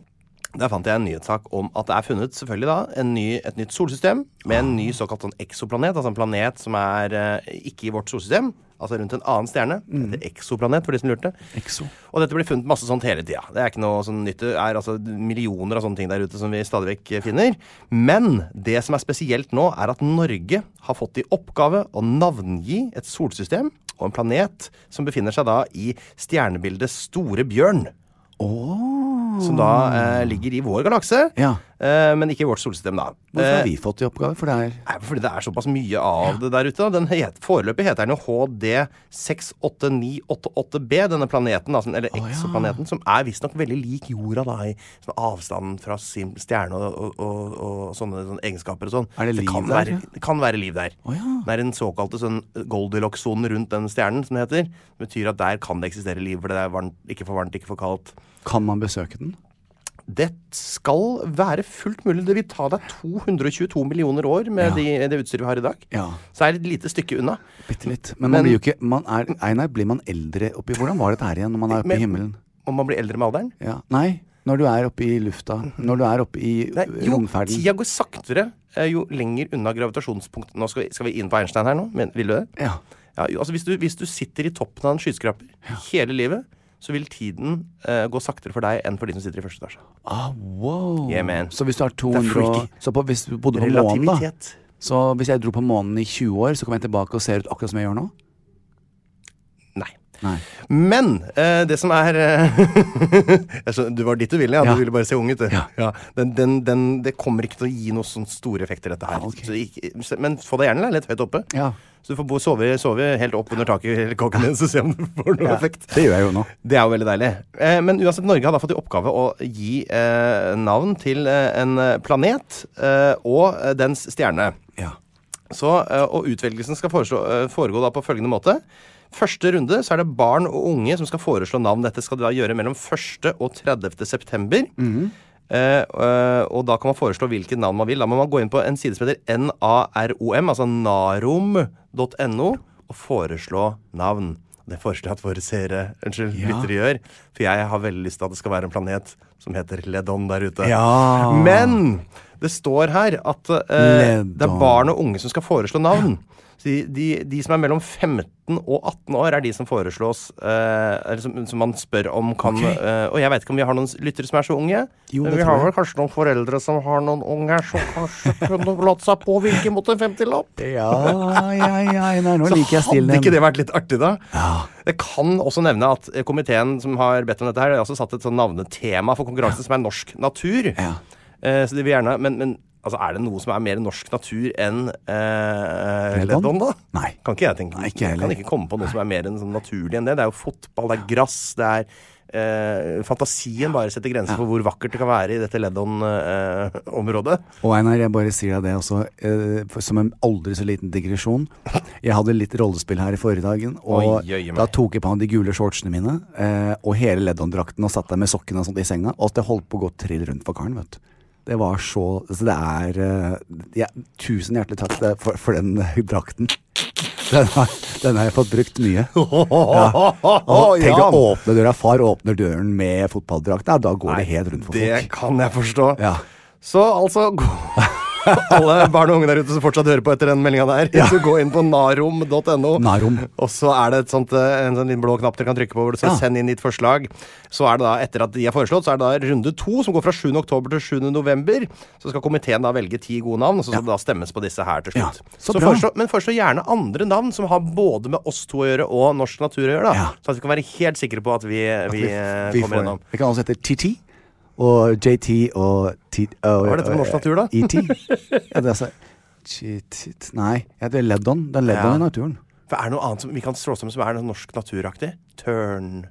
S3: Der fant jeg en nyhetssak om at det er funnet selvfølgelig da, en ny, et nytt solsystem med en ny såkalt sånn eksoplanet. Altså en planet som er eh, ikke i vårt solsystem, altså rundt en annen stjerne. Det heter eksoplanet, for de som lurte.
S2: Mm. Exo.
S3: Og dette blir funnet masse sånt hele tida. Det er ikke noe sånn nytt. Det er altså millioner av sånne ting der ute som vi stadig vekk eh, finner. Men det som er spesielt nå, er at Norge har fått i oppgave å navngi et solsystem og en planet som befinner seg da i stjernebildet Store bjørn. Som da eh, ligger i vår galakse,
S2: Ja.
S3: eh, men ikke i vårt solsystem, da.
S2: Hvorfor har
S3: Eh,
S2: vi fått i oppgave? For det er
S3: Nei, fordi det er såpass mye av det der ute. da. Den het, foreløpig heter den jo HD68988b, denne planeten, altså, eller exoplaneten, som er visstnok veldig lik jorda da, i sånn avstanden fra sin stjerne og, og, og, og sånne, sånne egenskaper og sånn.
S2: Er det liv
S3: kan
S2: der,
S3: Være,
S2: ja?
S3: det kan være liv der. Det er en såkalte sånn Goldilocks-sonen rundt den stjernen, som det heter. Det betyr at der kan det eksistere liv, for det er varmt, ikke for varmt, ikke for kaldt.
S2: Kan man besøke den?
S3: Det skal være fullt mulig. Det vil ta deg 222 millioner år med de, det utstyret vi har i dag.
S2: Ja.
S3: Så er det et lite stykke unna.
S2: Bitte litt. Men man
S3: Men-
S2: blir jo ikke man er, Einar, blir man eldre oppi Hvordan var dette her igjen når man er oppe
S3: Men-
S2: i himmelen?
S3: Om man blir eldre med alderen.
S2: Ja. Nei, når du er oppe i lufta. Når du er oppe i
S3: Nei, Mhm. jo,
S2: romferden.
S3: tida går saktere eh, jo lenger unna gravitasjonspunktet Nå skal vi, skal vi inn på Einstein her nå, men, vil du det?
S2: Ja.
S3: Ja, jo, altså hvis, du, hvis du sitter i toppen av en skyskraper hele livet, så vil tiden eh, gå saktere for deg enn for de som sitter i første etasje.
S2: Ah, wow.
S3: Yeah, man.
S2: Så hvis du har
S3: Det er
S2: 200 og-
S3: freaky.
S2: Så på, hvis du bodde på månen, da.
S3: Relativitet.
S2: Så hvis jeg dro på månen i 20 år, så kommer jeg tilbake og ser ut akkurat som jeg gjør nå?
S3: Nei.
S2: Nei.
S3: Men eh, det som er eh, jeg skjønner, Du var dit du ville, ja.
S2: Ja.
S3: Du ville bare se ung ut, du.
S2: Ja.
S3: Den, den, den, det kommer ikke til å gi noen sånne store effekter, dette her.
S2: Ah, ok.
S3: så, ikke, men få deg gjerne litt høyt oppe.
S2: Ja.
S3: Så du får bo, sove, sove helt opp under taket i helikopteren din, så se om du får noe effekt.
S2: Det gjør jeg jo nå.
S3: Det er jo veldig deilig. Eh, men uansett, Norge har da fått i oppgave å gi eh, navn til eh, en planet eh, og eh, dens stjerne.
S2: Ja.
S3: Så, eh, og utvelgelsen skal foreslå, eh, foregå da på følgende måte. Første runde så er det barn og unge som skal foreslå navn. Dette skal de da gjøre mellom 1. og 30. september. Eh, eh, og da kan man foreslå hvilket navn man vil. Da må man gå inn på en side som heter NAROM, altså narom.no, og foreslå navn. Det foreslår jeg at våre seere, unnskyld, lyttere gjør. For jeg har veldig lyst til at det skal være en planet som heter Ledon der ute.
S2: Ja.
S3: Men det står her at eh, det er
S2: Ledon.
S3: barn barn og unge som skal foreslå navn. Så de, de, de som er mellom 15 og 18 år, er de som foreslås eh, eller som, som man spør om kan
S2: Ok.
S3: eh, Og jeg veit ikke om vi har noen s- lyttere som er så unge.
S2: Jo,
S3: men
S2: det
S3: vi
S2: tror
S3: har vel
S2: jeg.
S3: kanskje noen foreldre som har noen unger som kanskje kunne latt seg påvirke mot en 50-lapp.
S2: Ja, ja, ja, Einar. Nå liker jeg stilen
S3: Hadde ikke
S2: din.
S3: det vært litt artig, da? Jeg kan også nevne at eh, komiteen som har bedt om dette, her, har også satt et sånn navnetema for konkurransen, som er norsk natur.
S2: Ja.
S3: Eh, så de vil gjerne Men, men altså, er det noe som er mer norsk natur enn eh,
S2: Ledon?
S3: Ledon, da?
S2: Nei.
S3: Kan ikke jeg tenke
S2: Nei, ikke jeg
S3: Kan
S2: heller.
S3: ikke komme på noe som er mer enn sånn naturlig enn det. Det er jo fotball, det er grass, det er eh, Fantasien bare setter grenser for hvor vakkert det kan være i dette eh, Ledon-området.
S2: Og Einar, jeg bare sier deg det også, eh, for, som en aldri så liten digresjon. Jeg hadde litt rollespill her i forrige dagen, og
S3: Oi, oi, oi.
S2: da tok jeg på meg de gule shortsene mine eh, og hele Ledon-drakten og satt der med sokkene og sånt i senga, og at det holdt på å gå trill rundt for karen, vet du. Det var så Så det er eh, ja, Tusen hjertelig takk det- for, for den eh, drakten. Den har, den har jeg fått brukt mye. Ja. Og tenk å åpne døra. Far åpner døren med fotballdrakt. Ja, da går det helt rundt for
S3: Det
S2: folk.
S3: kan jeg forstå.
S2: Ja.
S3: Så altså gå- Alle barn og unge der ute som fortsatt hører på etter den meldinga der, så gå inn på narom.no.
S2: Narom.
S3: Og så er det et sånt, eh, en sånn liten blå knapp dere kan trykke på hvor det står
S2: Ja.
S3: 'send inn ditt forslag'. Så er det da, etter at de er foreslått, så er det da runde to, som går fra 7. oktober til 7. november. Så skal komiteen da velge ti gode navn, og så skal det da stemmes på disse her til
S2: Ja.
S3: slutt.
S2: Så
S3: Så
S2: bra.
S3: foreslå, men foreslå gjerne andre navn som har både med oss to å gjøre og norsk natur å gjøre, da.
S2: Ja.
S3: Så at vi kan være helt sikre på at vi, vi, eh,
S2: vi
S3: kommer
S2: får-
S3: gjennom.
S2: Det kan også hete TT og JT og T...
S3: Hva er dette med norsk natur, da?
S2: ET. Ja, det er altså Cheatit Nei, ja, det er Leddon. Det er Leddon
S3: Ja.
S2: i naturen.
S3: For er det noe annet som vi kan slå sammen som er noe norsk naturaktig? Tørn...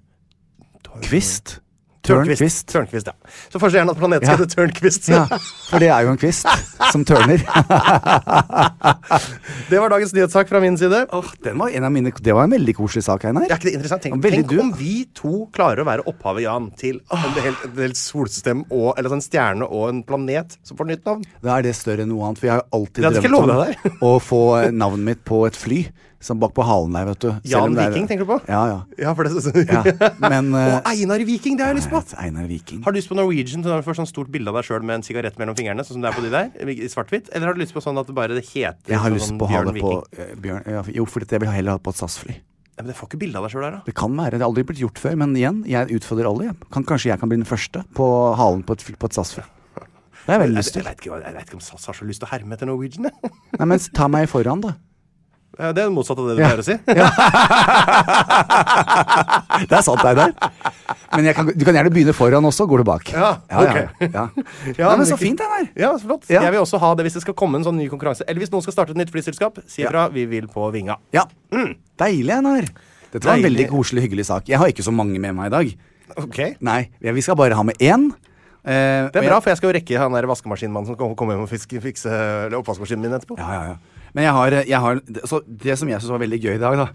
S3: tørn-
S2: Kvist.
S3: Tørnquist.
S2: Tørnquist.
S3: Tørnquist, ja. Så først gjerne at planet skal
S2: Ja.
S3: hete Tørnquist.
S2: Ja, for det er jo en kvist som tørner.
S3: Det var dagens nyhetssak fra min side.
S2: Den var en av mine Det var en veldig koselig sak, Einar.
S3: Er ikke det interessant? Tenk,
S2: Veldig
S3: tenk
S2: du-
S3: om vi to klarer å være opphavet, Jan, til en del, et helt solsystem og Eller en stjerne og en planet som får nytt navn.
S2: Da er det større enn noe annet, for jeg har alltid
S3: Ja, det skal jeg
S2: drømt
S3: love deg
S2: om å få navnet mitt på et fly. som bak på halen der, vet du. Selv
S3: Jan
S2: om det er-
S3: Viking tenker du på?
S2: Ja, ja.
S3: Ja, for det
S2: ja. Men eh,
S3: Og Einar Viking, det har jeg lyst på!
S2: vet, Einar Viking.
S3: Har du lyst på Norwegian så du får sånn stort bilde av deg sjøl med en sigarett mellom fingrene? Sånn som det er på de der, i svart-hvitt? Eller har du lyst på sånn at det bare det heter
S2: Jeg har
S3: sånn
S2: lyst på å ha
S3: Bjørn
S2: det på
S3: Viking?
S2: eh, Bjørn ja, Jo, for jeg vil heller ha det på et SAS-fly.
S3: Ja, men det får ikke bilde av deg sjøl her, da.
S2: Det kan være. Det har aldri blitt gjort før. Men igjen, jeg utfordrer alle. Jeg. Kan, kanskje jeg kan bli den første på halen på et, fly- på et SAS-fly. Det har jeg veldig
S3: Jeg,
S2: lyst
S3: jeg,
S2: til.
S3: vet ikke, hva- jeg vet ikke om SAS har så lyst til å herme etter Norwegian. jeg.
S2: Nei, men ta meg foran, da.
S3: Ja, Det er det motsatte av det du
S2: Ja.
S3: pleier å si.
S2: Det er sant, Einar. Men jeg kan, du kan gjerne begynne foran også, går du bak.
S3: Ja,
S2: ja,
S3: ok.
S2: ja.
S3: Ja,
S2: Nei,
S3: men
S2: men så
S3: ikke-
S2: fint, Einar.
S3: Ja, så flott.
S2: Ja.
S3: Jeg vil også ha det hvis det skal komme en sånn ny konkurranse. Eller hvis noen skal starte et nytt flyselskap, si ifra. Vi vil på vinga.
S2: Ja. Deilig, Einar. Dette var en
S3: Deilig.
S2: veldig koselig, hyggelig sak. Jeg har ikke så mange med meg i dag.
S3: Ok.
S2: Nei, ja, vi skal bare ha med én. Eh,
S3: Det
S2: og
S3: er
S2: jeg-
S3: bra, for jeg skal jo rekke han der vaskemaskinmannen som kommer komme hjem og fiske, fikse eller oppvaskmaskinen min etterpå.
S2: Ja, ja, ja. Men jeg har, jeg har så Det som jeg syns var veldig gøy i dag, da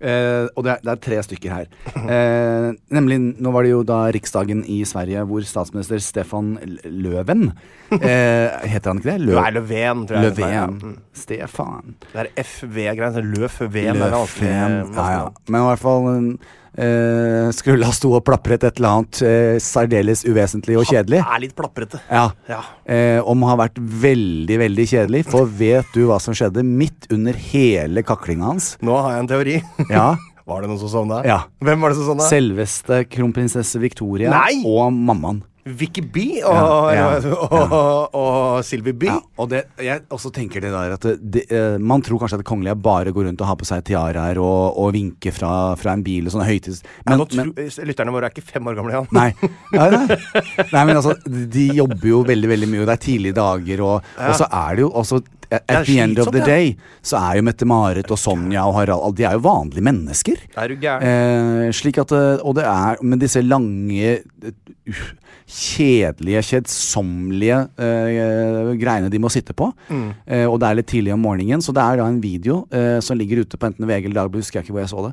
S2: eh, og det er, det er tre stykker her. Eh, nemlig, nå var det jo da riksdagen i Sverige hvor statsminister Stefan L- Löfven eh, Heter han ikke det? Lø
S3: Nei, Löfven, tror jeg.
S2: Löfven. Stefan.
S3: Det er FV-greiene. Løf-V-en.
S2: Løfven. Ja, ja. Men i hvert fall eh, Skrulla sto og plapret et eller annet eh, særdeles uvesentlig og kjedelig.
S3: Er litt plaprete.
S2: Ja.
S3: Ah, Ja.
S2: Eh, om å ha vært veldig, veldig kjedelig. For vet du hva som skjedde midt under hele kaklinga hans?
S3: Nå har jeg en teori.
S2: Ja.
S3: Var det noen som sovna?
S2: Ja.
S3: Hvem var det som sovna?
S2: Selveste kronprinsesse Victoria
S3: Nei!
S2: og mammaen.
S3: Vicky B
S2: Ja,
S3: og,
S2: ja, ja.
S3: og, og, og Sylvi B.
S2: Ja, og det, jeg også tenker det der at det, det, eh, Man tror kanskje at det kongelige bare går rundt og har på seg tiaraer og, og vinker fra, fra en bil og sånne høytids...
S3: Men,
S2: Men,
S3: nå tro, lytterne våre er ikke fem år gamle, Jan.
S2: Nei. Nei, nei. nei, men altså, de jobber jo veldig veldig mye, og det er tidlige dager, og, og så er det jo også At
S3: er
S2: the end of the
S3: slitsomt, ja.
S2: day så er jo Mette-Marit og Sonja og Harald De er jo vanlige mennesker.
S3: Er du gæren?
S2: Eh, slik at eh, Og det er med disse lange eh, uff, Kjedelige, kjedsommelige eh, greiene de må sitte på. Eh, og det er litt tidlig om morgenen, så det er da en video eh, som ligger ute på enten VG eller Dagbladet, husker jeg ikke hvor jeg så det.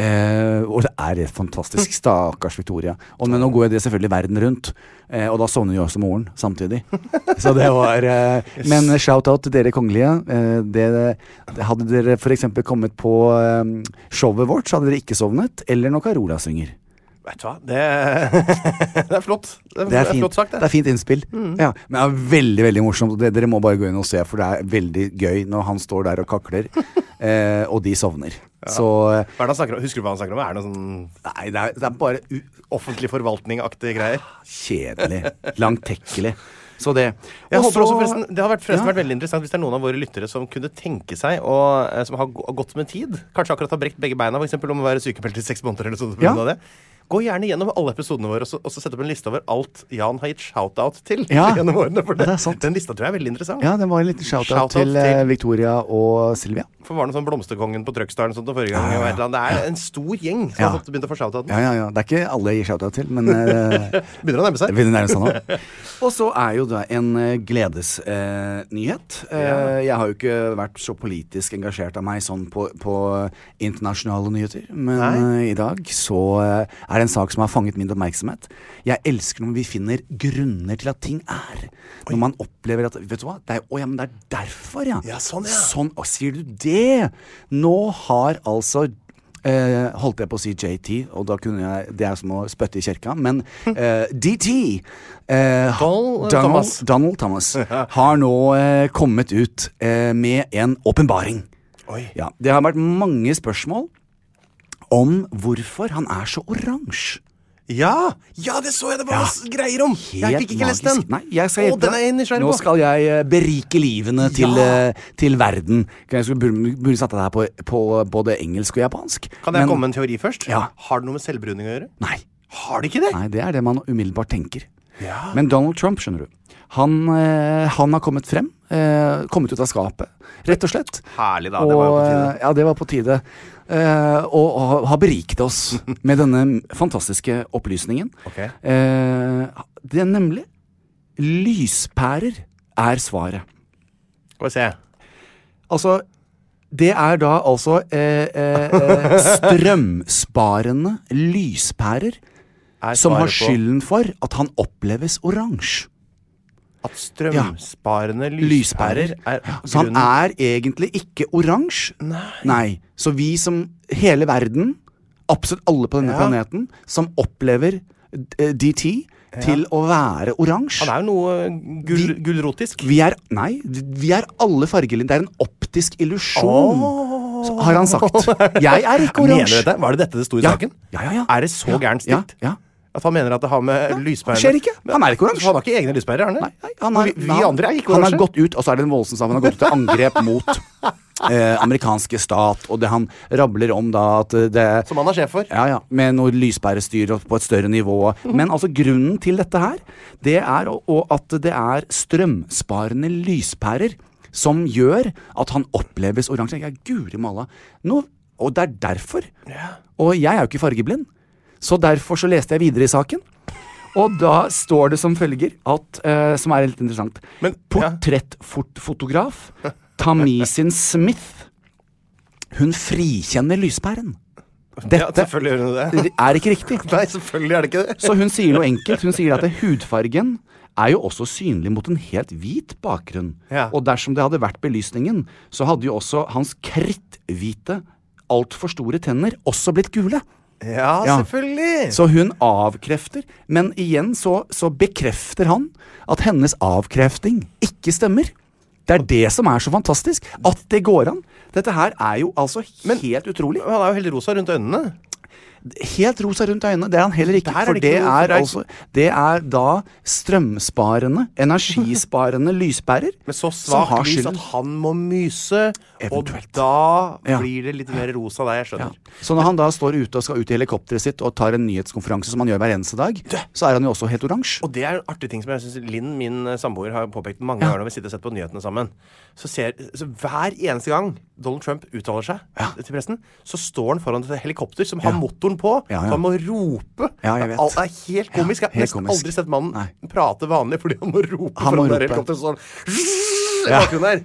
S2: Eh, og det er helt fantastisk. Stakkars Victoria. Og, men nå går jo det selvfølgelig verden rundt, eh, og da sovner jo også moren samtidig. Så det var eh, Men shout-out til dere kongelige. Eh, det, det hadde dere f.eks. kommet på eh, showet vårt, så hadde dere ikke sovnet. Eller når Carola synger.
S3: Eh, Vet du hva, det, det er flott. Det Mm. er,
S2: Det er fint,
S3: flott sagt,
S2: det er fint innspill. Ja, men det er veldig veldig morsomt. Det, dere må bare gå inn og se, for det er veldig gøy når han står der og kakler, eh, og de sovner. Så eh,
S3: Hva er det han snakker om? Husker du hva han snakker om? Er det noe sånn
S2: Nei, det er, det er bare u
S3: offentlig forvaltning-aktige greier?
S2: kjedelig. Langtekkelig. Så det.
S3: Jeg
S2: Og
S3: håper
S2: så-
S3: også forresten, Det hadde vært, forresten
S2: Ja.
S3: vært veldig interessant hvis det er noen av våre lyttere som kunne tenke seg, å, eh, som har gå- godt med tid, kanskje akkurat har brekt begge beina, for eksempel om å være sykemeldt i seks måneder eller sånn, sånt, på
S2: Ja.
S3: grunn av det. Gå gjerne gjennom alle episodene våre og så, og så sette opp en liste over alt Jan har gitt shout-out til.
S2: Ja.
S3: gjennom årene, for
S2: Ja,
S3: det,
S2: det er sant.
S3: Den lista tror jeg er veldig interessant.
S2: Ja, det var en liten shout-out
S3: Shout-out
S2: til, eh,
S3: til-
S2: Victoria og Silvia.
S3: For var det sånn Blomsterkongen på Trøgstaren sånn, forrige gang? og et eller annet. Det er en stor gjeng som
S2: Ah. Ja.
S3: har fått begynt å få shout-out.
S2: Ja, ja, ja. Det er ikke alle jeg gir shout-out til, men eh,
S3: Begynner å nærme
S2: Det
S3: seg.
S2: begynner nærmest nå. Og så er jo det en eh, gledesnyhet. Eh, Jeg har jo ikke vært så politisk engasjert av meg sånn på, på internasjonale nyheter, men eh, i dag så eh, er det en sak som har fanget min oppmerksomhet. Jeg elsker når vi finner grunner til at ting er. Når man opplever at Vet du hva, det er, å, ja, men det er derfor, ja.
S3: Ja, sånn, ja.
S2: Sånn, og sier du det? Nå har altså eh, holdt jeg på å si JT, og da kunne jeg Det er som å spytte i kjerka, men eh, DT eh,
S3: Donald,
S2: Donald
S3: eh, Thomas.
S2: Donald Thomas har nå eh, kommet ut eh, med en åpenbaring.
S3: Oi.
S2: Ja, det har vært mange spørsmål om hvorfor han er så oransje.
S3: Ja! Ja, det så jeg det var greier om! jeg fikk ikke lest den.
S2: Nei, jeg skal
S3: Å,
S2: hjelpe
S3: den er jeg nysgjerrig
S2: Nå
S3: på.
S2: skal jeg eh, berike livene til,
S3: Ja.
S2: eh, til verden. Jeg skulle burde burde satt det her på, på både engelsk og japansk.
S3: Kan jeg
S2: men-
S3: komme med en teori først?
S2: Ja.
S3: Har det noe med selvbruning å gjøre?
S2: Nei.
S3: Har det ikke det?
S2: Nei, det er det man umiddelbart tenker. Men Donald Trump, skjønner du, han, eh, han har kommet frem. Eh, kommet ut av skapet, rett og slett.
S3: Herlig, da. Det var
S2: Og,
S3: jo på tide.
S2: eh, Ja, det var på tide. Eh, og, og har beriket oss med denne fantastiske opplysningen.
S3: Ok.
S2: Eh, det er nemlig lyspærer er svaret.
S3: Skal vi se.
S2: Altså det er da altså eh, eh, eh, strømsparende lyspærer
S3: Er
S2: som har
S3: svaret på-
S2: skylden for at han oppleves oransje.
S3: At strømsparende lyspærer
S2: Lyspærer.
S3: er
S2: Så han er egentlig ikke oransje. Nei. Så vi som hele verden, absolutt alle på denne
S3: Ja.
S2: planeten, som opplever eh, DT til å være oransje
S3: Han er jo noe gul,
S2: Vi-
S3: gulrotisk.
S2: Vi er Nei, vi er alle fargelinjer. Det er en optisk illusjon, så- har han sagt. Jeg er ikke
S3: Mener du
S2: oransje.
S3: dette? Var det dette det sto i
S2: Ja.
S3: saken?
S2: Ja, ja, ja.
S3: Er det så gærent
S2: Ja,
S3: stilt?
S2: ja.
S3: At han mener at det har med lyspærene
S2: skjer ikke.
S3: Men-
S2: Han er ikke oransje.
S3: Han har ikke egne lyspærer, er han det?
S2: Nei, nei, han er,
S3: vi, vi andre er ikke
S2: han
S3: oransje.
S2: har gått ut, og så er det en voldsom sak. Han har gått ut til angrep mot eh, amerikanske stat, og det han rabler om da at eh, det
S3: Som han er sjef for.
S2: ja, ja, Med noe lyspærestyr og på et større nivå. Men altså grunnen til dette her, det er å- å- at det er strømsparende lyspærer som gjør at han oppleves oransje. Jeg guri malla. Nå- Og det er derfor. Og jeg er jo ikke fargeblind. Så derfor så leste jeg videre i saken. Og da står det som følger, at, eh, som er litt interessant
S3: Men-
S2: Portrettfotograf Tamisin Smith. Hun frikjenner lyspæren.
S3: Ja,
S2: Dette
S3: selvfølgelig gjør hun det.
S2: det er ikke riktig.
S3: Nei, selvfølgelig er det ikke det.
S2: Så hun sier noe enkelt. Hun sier at hudfargen er jo også synlig mot en helt hvit bakgrunn.
S3: Ja.
S2: Og dersom det hadde vært belysningen, så hadde jo også hans kritthvite, altfor store tenner også blitt gule.
S3: Ja,
S2: Ja.
S3: selvfølgelig.
S2: Så hun avkrefter, men igjen så, så bekrefter han at hennes avkrefting ikke stemmer. Det er det som er så fantastisk. At det går an. Dette her er jo altså helt utrolig.
S3: Men han er jo helt rosa rundt øynene.
S2: Helt rosa rundt øynene. Det er han heller ikke.
S3: Der er det
S2: For
S3: ikke
S2: det
S3: noe- for
S2: er
S3: det er ikke-
S2: altså Det er da strømsparende, energisparende lyspærer
S3: Med så
S2: som har
S3: svakt lys
S2: skylden.
S3: at han må myse,
S2: Eventuelt.
S3: og da
S2: Ja.
S3: blir det litt mer rosa der, jeg skjønner.
S2: Så når han da står ute og skal ut i helikopteret sitt og tar en nyhetskonferanse som han gjør hver eneste dag, så er han jo også helt oransje.
S3: Og det er en artig ting som jeg synes Linn, min eh, samboer, har påpekt mange ganger når vi sitter og sett på nyhetene sammen. Så, ser, så Hver eneste gang Donald Trump uttaler seg til pressen, så står han foran et helikopter som har motoren på.
S2: Ja, ja.
S3: Så han må rope.
S2: Ja, jeg vet.
S3: Alt er helt komisk. Jeg har
S2: helt
S3: nesten
S2: komisk.
S3: aldri sett mannen
S2: Nei.
S3: prate vanlig fordi han må rope
S2: Han må
S3: foran
S2: rope.
S3: det helikopteret. Sånn i bakgrunnen der.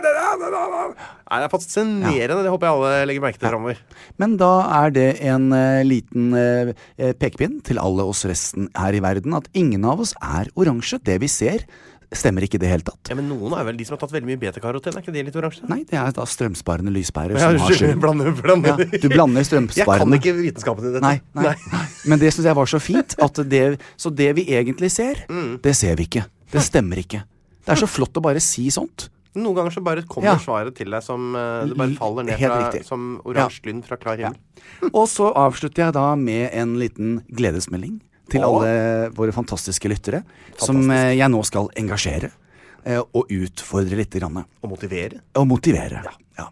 S3: Nei, det er fascinerende. Det håper jeg alle legger merke til framover.
S2: Men da er det en eh, liten eh, eh, pekepinn til alle oss resten her i verden at ingen av oss er oransje. Det vi ser, stemmer ikke i det hele tatt.
S3: Ja, men noen er vel de som har tatt veldig mye betakaroten? Er ikke de litt oransje?
S2: Nei, det er da strømsparende lyspærer
S3: Ja,
S2: som har
S3: unnskyld,
S2: skylden.
S3: blander, blander.
S2: Ja, du blander
S3: Jeg kan
S2: strømsparende.
S3: ikke vitenskapen i dette.
S2: Nei, nei, nei. Men det syns jeg var så fint. At det, så det vi egentlig ser, det ser vi ikke. Det stemmer ikke. Det er så flott å bare si sånt.
S3: Noen ganger så bare kommer
S2: Ja.
S3: svaret til deg som eh, det bare
S2: L-
S3: faller ned
S2: helt
S3: fra,
S2: riktig.
S3: som oransje lyn fra klar himmel.
S2: Og så avslutter jeg da med en liten gledesmelding til alle våre fantastiske lyttere, som eh, jeg nå skal engasjere eh, og utfordre lite grann.
S3: Å motivere.
S2: Og motivere. Ja.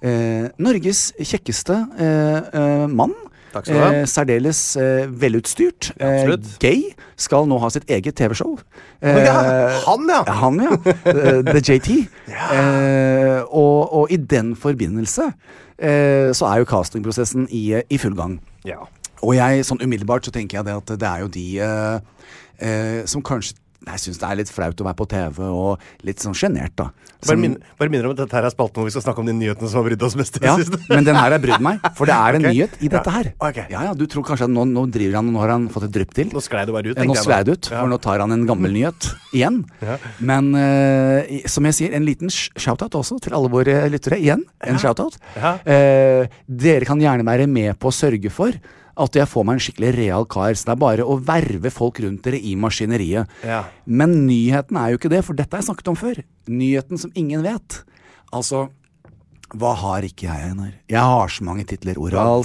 S2: Eh, Norges kjekkeste eh, eh, mann.
S3: Takk skal du ha.
S2: Eh, særdeles eh, velutstyrt. Eh,
S3: absolutt.
S2: gay. Skal nå ha sitt eget TV-show. Eh,
S3: Ja, han, ja.
S2: Han, ja. Eh, The JT. Eh, og, og i den forbindelse eh, så er jo castingprosessen i, eh, i full gang.
S3: Ja.
S2: Og jeg, sånn umiddelbart så tenker jeg det at det er jo de eh, eh, som kanskje jeg syns det er litt flaut å være på TV, og litt sånn sjenert, da.
S3: Bare,
S2: Som-
S3: min, bare minner om at dette her er spalten hvor vi skal snakke om de nyhetene som har brydd oss mest i det
S2: ja,
S3: siste.
S2: men den her har brydd meg, for det er en
S3: Ok.
S2: nyhet i dette her.
S3: Ja, ok.
S2: Ja, ja, Du tror kanskje at nå, nå driver han, nå har han fått et drypp til.
S3: Nå sklei det bare ut,
S2: Ja,
S3: tenkte
S2: Nå
S3: jeg
S2: sklei det
S3: bare.
S2: ut,
S3: Ja.
S2: for nå tar han en gammel nyhet igjen. Men eh, i- som jeg sier, en liten sh- shout-out også til alle våre lyttere. Igjen en shout-out. Eh, dere kan gjerne være med på å sørge for at jeg får meg en skikkelig real kar. Så det er bare å verve folk rundt dere i maskineriet.
S3: Ja.
S2: Men nyheten er jo ikke det, for dette har jeg snakket om før. Nyheten som ingen vet. Altså hva har ikke jeg, Einar? Jeg har så mange titler.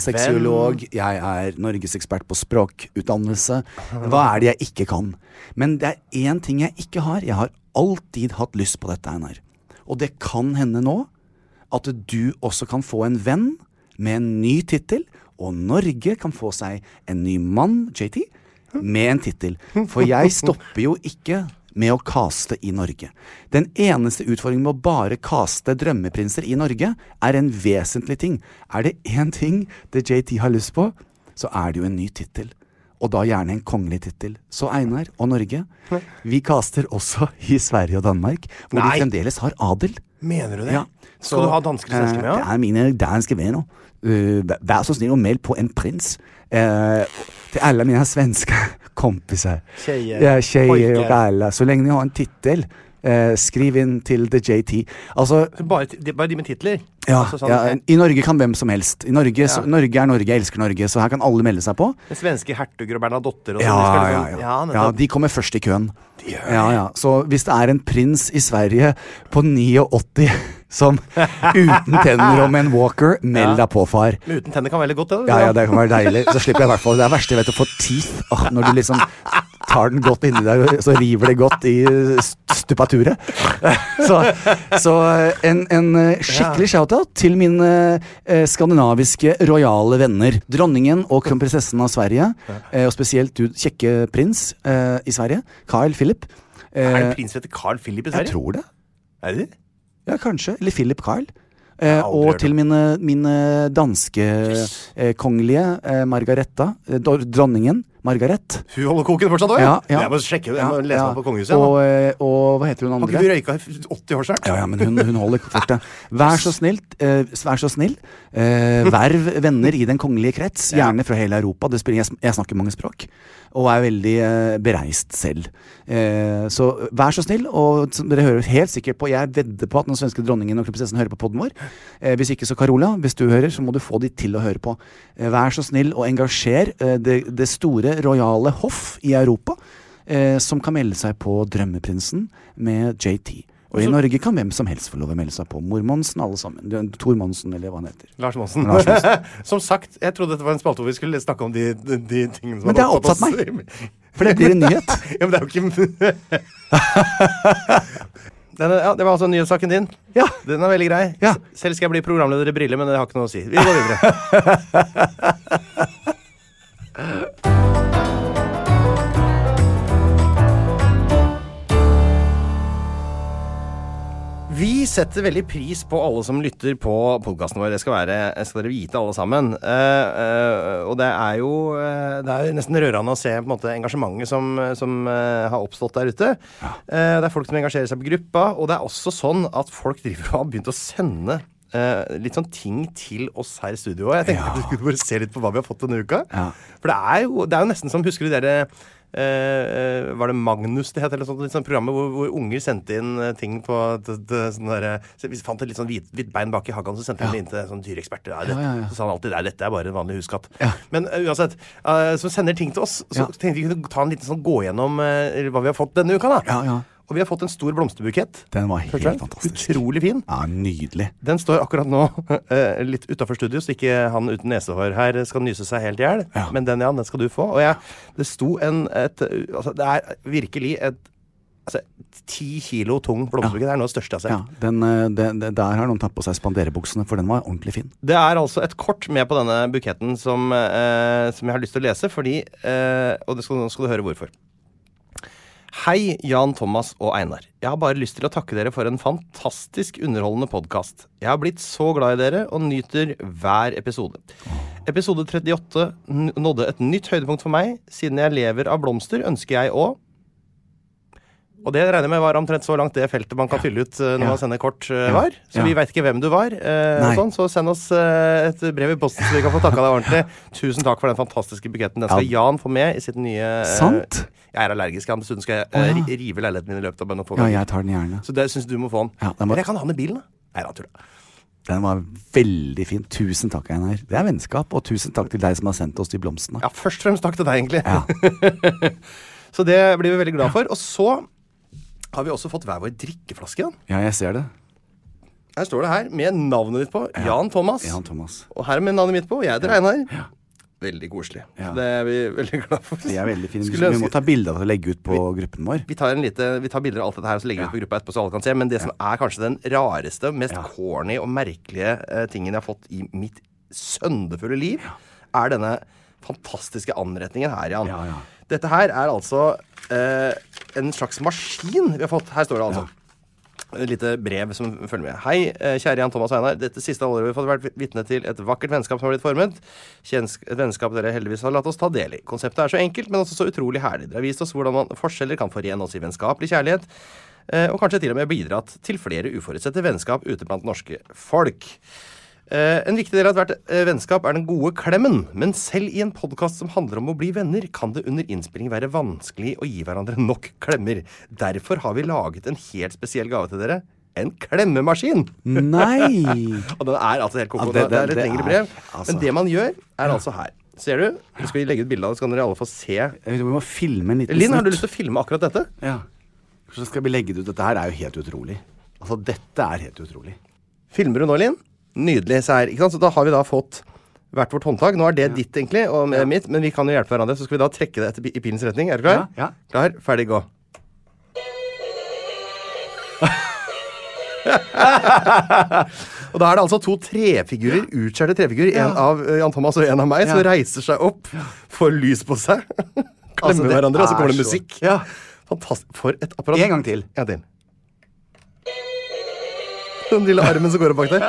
S2: Oralseksuolog, jeg er norgesekspert på språkutdannelse. Hva er det jeg ikke kan? Men det er én ting jeg ikke har. Jeg har alltid hatt lyst på dette, Einar. Og det kan hende nå at du også kan få en venn med en ny tittel, og Norge kan få seg en ny mann, JT, med en tittel. For jeg stopper jo ikke med å kaste i Norge. Den eneste utfordringen med å bare kaste drømmeprinser i Norge, er en vesentlig ting. Er det én ting det JT har lyst på, så er det jo en ny tittel. Og da gjerne en kongelig tittel. Så Einar og Norge, vi kaster også i Sverige og Danmark, hvor
S3: Nei.
S2: de fremdeles har adel.
S3: Mener du det?
S2: Ja. eh,
S3: Skal du ha danske svensker med, ja?
S2: Det er mine danske venner. Eh, vær- vær så snill og meld på en prins. Eh, til alle mine svenske kompiser.
S3: Tjejer,
S2: Ja, tjejer og
S3: pojkar.
S2: alle. Så lenge ni har en tittel, eh, skriv inn til The JT. Altså,
S3: Bare, ti- de, bare de med titler?
S2: ja,
S3: Altså sånn,
S2: ja, I Norge kan hvem som helst. I Norge, så,
S3: Ja.
S2: Norge er Norge, jeg elsker Norge, så her kan alle melde seg på.
S3: eh, Svenske hertuger og Bernadotter og
S2: Ja,
S3: sånn, de skal
S2: ja, ja.
S3: liksom-
S2: ja,
S3: nettopp.
S2: de kommer først i køen. Ja, ja. Så hvis det er en prins i Sverige på 89 som uten tenner og med en walker, meld deg på, far.
S3: Men uten tenner kan veldig godt, det.
S2: Ja, ja, det kan være deilig. Så slipper jeg i hvert fall Det er det verste jeg vet, å få teeth. Åh, når du liksom tar den godt inni deg, og så river det godt i eh, st- stupaturet. Så, så eh, en, en eh, skikkelig shoutout til mine eh, skandinaviske rojale venner. Dronningen og kronprinsessen av Sverige, eh, og spesielt du kjekke prins eh, i Sverige, Carl Philip.
S3: Er det en
S2: Eh,
S3: prins som heter Carl Philip i
S2: jeg
S3: Sverige?
S2: tror det.
S3: Er det det?
S2: Ja, kanskje. Eller Philip Carl. Eh,
S3: aldri hørt
S2: og til
S3: om.
S2: mine, mine danske eh, kongelige, eh, Margareta. Eh, dor- dronningen, Margaret.
S3: Hun holder koken fortsatt òg,
S2: Ja, ja.
S3: Jeg må sjekke, jeg
S2: Ja,
S3: må lese
S2: ja.
S3: meg på kongehuset.
S2: Og,
S3: Og,
S2: eh, og hva heter hun
S3: har
S2: andre?
S3: ikke du røyka i 80 år snart?
S2: Ja, ja, men hun, hun holder fortet. Vær så snill, eh, vær så snill eh, verv venner i den kongelige krets, gjerne fra hele Europa. Det spiller, jeg, sn- jeg snakker mange språk, og er veldig eh, bereist selv. Eh, så vær så snill, og som dere hører helt sikkert på Jeg vedder på at den svenske dronningen og kronprinsessen hører på podden vår. Eh, hvis ikke, så Carola, hvis du hører, så må du få de til å høre på. Eh, vær så snill og engasjer eh, det, det store rojale hoff i Europa. Eh, som kan melde seg på Drømmeprinsen med JT. Og i Norge kan hvem som helst få lov å melde seg på. Mor Monsen, alle sammen. Du- Tor Monsen, eller hva han heter.
S3: Lars Monsen.
S2: Lars
S3: som sagt, jeg trodde dette var en spalte hvor vi skulle snakke om de, de, de tingene som
S2: Men det har
S3: hadde
S2: opptatt meg.
S3: oss.
S2: For det blir en nyhet.
S3: ja, men det er jo ikke Denne, ja, Det var altså nyhetssaken din.
S2: Ja.
S3: Den er veldig grei.
S2: Ja.
S3: S- Selv skal jeg bli programleder i Brille, men det har ikke noe å si. Vi går videre. Vi setter veldig pris på alle som lytter på podkasten vår. Det skal, være, det skal dere vite, alle sammen. Eh, eh, og det er jo eh, Det er jo nesten rørende å se på en måte, engasjementet som, som eh, har oppstått der ute. Eh, det er folk som engasjerer seg på gruppa, og det er også sånn at folk driver og har begynt å sende eh, litt sånn ting til oss her i studio. Og jeg tenkte at vi skulle bare se litt på hva vi har fått denne uka.
S2: Ja.
S3: For det er, jo, det er jo nesten som Husker du dere eh, eh, var det Magnus det het? Eller sånt, litt sånn programmet hvor, hvor unger sendte inn eh, ting på t- t- sånn derre- så Vi fant et litt sånn hvit, hvitt bein bak i hagen, så sendte vi det inn til sånn dyreeksperter. Ja, det- Så sa han alltid at dette er bare en vanlig huskatt. Men eh, uansett, eh, så sender ting til oss. Så
S2: Ja.
S3: tenkte vi kunne ta en liten sånn gå gjennom eh, hva vi har fått denne uka, da.
S2: Ja, ja.
S3: Og vi har fått en stor blomsterbukett.
S2: Den var
S3: Hørte du
S2: helt
S3: den?
S2: fantastisk.
S3: Utrolig fin.
S2: Ja, nydelig.
S3: Den står akkurat nå eh, litt utafor studio, så ikke han uten nesehår her skal nyse seg helt i hjel.
S2: Ja.
S3: Men den, Jan, den skal du få. Og jeg, det sto en et, uh, Altså, det er virkelig et Altså, ti kilo tung blomsterbukett. Det er noe av det største jeg har
S2: Ja,
S3: sett.
S2: den, eh, den, den, der har noen tatt på seg spanderebuksene, for den var ordentlig fin.
S3: Det er altså et kort med på denne buketten som, eh, som jeg har lyst til å lese, fordi eh, Og det skal, nå skal du høre hvorfor. Hei, Jan Thomas og Einar. Jeg har bare lyst til å takke dere for en fantastisk underholdende podkast. Jeg har blitt så glad i dere og nyter hver episode. Episode 38 n- nådde et nytt høydepunkt for meg. Siden jeg lever av blomster, ønsker jeg å og det regner jeg med var omtrent så langt det feltet man kan fylle ut eh, når man sender kort, eh, var. Så
S2: Ja.
S3: vi veit ikke hvem du var. eh, og
S2: Nei.
S3: sånn, så send oss eh, et brev i posten, så vi kan få takka deg ordentlig. Tusen takk for den fantastiske buketten. Den skal Jan få med i sitt nye eh,
S2: Sant?
S3: Jeg er allergisk, han. Dessuten skal jeg eh, ri- rive leiligheten min i løpet av bare noen få
S2: Ja,
S3: dager.
S2: jeg tar den gjerne.
S3: Så det syns du må få den.
S2: Ja, den må-
S3: Eller jeg kan ha den i bilen, da. Nei, da tuller jeg.
S2: Den var veldig fin. Tusen takk, Einar. Det er vennskap. Og tusen takk til deg som har sendt oss de blomstene.
S3: Ja, først og fremst takk til deg, egentlig. så det blir vi veldig glad for. Og så har vi også fått hver vår drikkeflaske. Jan.
S2: Ja, jeg ser det.
S3: Her står det her, med navnet ditt på. Jan Thomas.
S2: Jan Thomas.
S3: Og her er med navnet mitt på. og Jeg heter Einar. Veldig koselig.
S2: Ja.
S3: Så Det er vi veldig glad for.
S2: De er veldig fine.
S3: Skulle
S2: Vi må
S3: ønske-
S2: ta bilde av det og legge ut på gruppen vår.
S3: Vi tar, en lite, vi tar bilder av alt dette her og så legger vi ut på gruppa etterpå, så alle kan se. Men det som er kanskje den rareste, mest corny og merkelige eh, tingen jeg har fått i mitt søndefulle liv, er denne fantastiske anretningen her, Jan.
S2: Ja, ja.
S3: Dette her er altså eh, en slags maskin vi har fått. Her står det altså. Et lite brev som følger med. Hei, eh, kjære Jan Thomas og Einar. Dette siste halvåret har vi fått vært vitne til et vakkert vennskap som har blitt formet. Kjennsk et vennskap dere heldigvis har latt oss ta del i. Konseptet er så enkelt, men også så utrolig herlig. Dere har vist oss hvordan man forskjeller kan forene oss i vennskapelig kjærlighet. eh, og kanskje til og med bidratt til flere uforutsette vennskap ute blant norske folk. Eh, en viktig del av ethvert eh, vennskap er den gode klemmen, men selv i en podkast som handler om å bli venner, kan det under innspilling være vanskelig å gi hverandre nok klemmer. Derfor har vi laget en helt spesiell gave til dere. En klemmemaskin!
S2: Nei!
S3: Og den er altså helt koko.
S2: Ja,
S3: det,
S2: det- det-
S3: er et
S2: det
S3: lengre
S2: er-
S3: brev.
S2: altså.
S3: Men det man gjør, er altså her. Ser du? Nå skal vi legge ut bilde av det, så kan dere alle få se.
S2: Jeg vet, vi må filme en liten
S3: Linn, har du
S2: snutt.
S3: lyst til å filme akkurat dette?
S2: Ja. Så skal vi legge det ut. Dette her er jo helt utrolig. Altså, dette er helt utrolig.
S3: Filmer du nå, Linn? Nydelig. Se her. Ikke sant? Så da har vi da fått hvert vårt håndtak. Nå er det ditt, egentlig, og med mitt, men vi kan jo hjelpe hverandre. Så skal vi da trekke det etter, pi- i pilens retning. Er du klar?
S2: Ja, ja.
S3: Klar, ferdig, gå. og da er det altså to trefigurer, utskjærte trefigurer, en av eh, Jan Thomas og en av meg, som
S2: Ja.
S3: reiser seg opp, får lys på seg, klemmer
S2: Altså, det
S3: hverandre, og så
S2: er
S3: kommer det
S2: så-
S3: musikk.
S2: Ja.
S3: Fantastisk. For et apparat.
S2: En gang til.
S3: En gang til. Den lille armen som går opp bak der.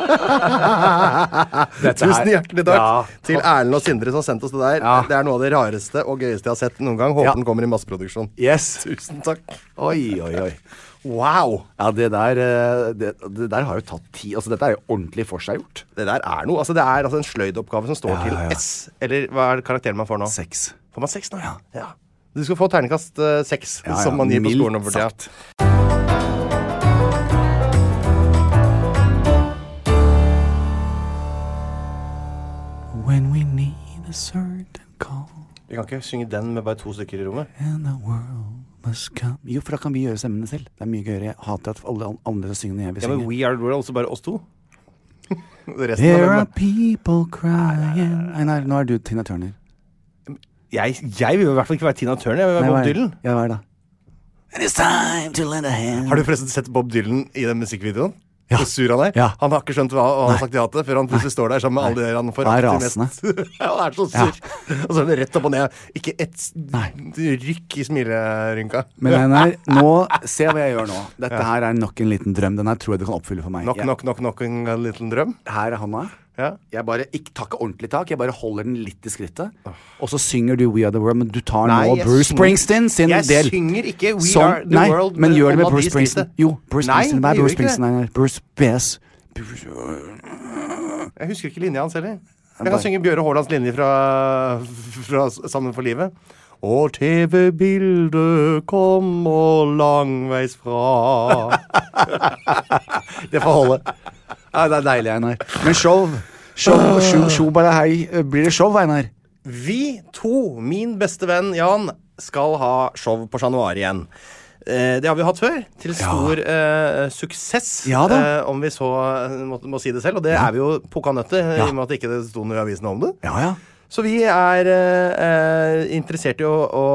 S2: Dette her-
S3: Tusen hjertelig takk
S2: Ja.
S3: til Erlend og Sindre som har sendt oss det der.
S2: Ja.
S3: Det er noe av det rareste og gøyeste jeg har sett noen gang. Håper
S2: Ja.
S3: den kommer i masseproduksjon.
S2: Yes.
S3: Tusen takk.
S2: Oi, oi, oi.
S3: Wow!
S2: Ja, det der, eh, det, det der har jo tatt tid. Altså, dette er jo ordentlig forseggjort.
S3: Det der er noe. Altså, det er altså en sløydoppgave som står
S2: Ja,
S3: til
S2: ja, ja.
S3: S. Eller hva er karakteren man får nå?
S2: Sex.
S3: Får man seks nå, ja. ja. Du skal få terningkast eh, seks,
S2: Ja, ja,
S3: som man gir på
S2: mildt
S3: skolen over tida.
S2: sagt. When we need a certain call
S3: Vi kan ikke synge den med bare to stykker i rommet.
S2: and the world must come Jo, for da kan vi gjøre stemmene selv. Det er mye gøyere. Jeg hater at alle an- andre synger når jeg vil
S3: Ja, men
S2: synge.
S3: We Are The World, også bare oss to. Resten
S2: There
S3: av
S2: are
S3: dem
S2: people crying Nei, nei, nå er du Tina Turner.
S3: jeg, jeg vil jo i hvert fall ikke være Tina Turner. Jeg vil
S2: Nei,
S3: være
S2: hva
S3: Bob
S2: er det?
S3: Dylan.
S2: Ja, hva er det da? And it's time to lend a hand
S3: Har du forresten sett Bob Dylan i den musikkvideoen?
S2: Ja.
S3: Hvor sur han er?
S2: Ja.
S3: Han har ikke skjønt hva han har sagt ja til, før han plutselig står der sammen med alle de der han får
S2: Han er
S3: mest. han er så sur. Og så er han rett opp og ned. Ikke et s-
S2: Nei.
S3: rykk i smilerynka.
S2: Men den her, nå, se hva jeg gjør nå. Dette her er nok en liten drøm. Den her tror jeg du kan oppfylle for meg.
S3: Knock,
S2: Jeg-
S3: knock, knock, knocking a little drøm.
S2: Her er handa.
S3: Ja.
S2: Jeg bare ikke, tar ikke ordentlig tak, jeg bare holder den litt i skrittet. Og så synger du We Are The World, men du tar nå
S3: jeg
S2: Bruce
S3: synger-
S2: Springsteen sin
S3: jeg
S2: del.
S3: synger ikke We
S2: Som-
S3: Are The
S2: nei,
S3: World,
S2: Men
S3: men
S2: gjør det med
S3: Holma
S2: Bruce
S3: de skrittet.
S2: Springsteen. Jo, Bruce
S3: Nei,
S2: Springsteen. Nei,
S3: jeg
S2: Bruce
S3: gjør ikke det.
S2: Springsteen. Nei, nei, Bruce Bess.
S3: Jeg husker ikke linja hans heller. Jeg kan synge Bjøre Haalands linje fra, fra Sammen for livet. Og TV-bildet kommer langveis fra
S2: Det får holde. Ja, det er deilig, Einar. Men show. Show, show, show bare hei. Blir det show, Einar?
S3: Vi to, min beste venn Jan, skal ha show på Chat Noir igjen. Eh, det har vi hatt før, til stor eh, suksess,
S2: Ja da.
S3: eh, om vi så eh, må, må si det selv. Og det er vi jo pukka nødt til, i og med at ikke det ikke sto noe i avisen om det.
S2: Ja, ja.
S3: Så vi er eh, eh, interessert i å, å,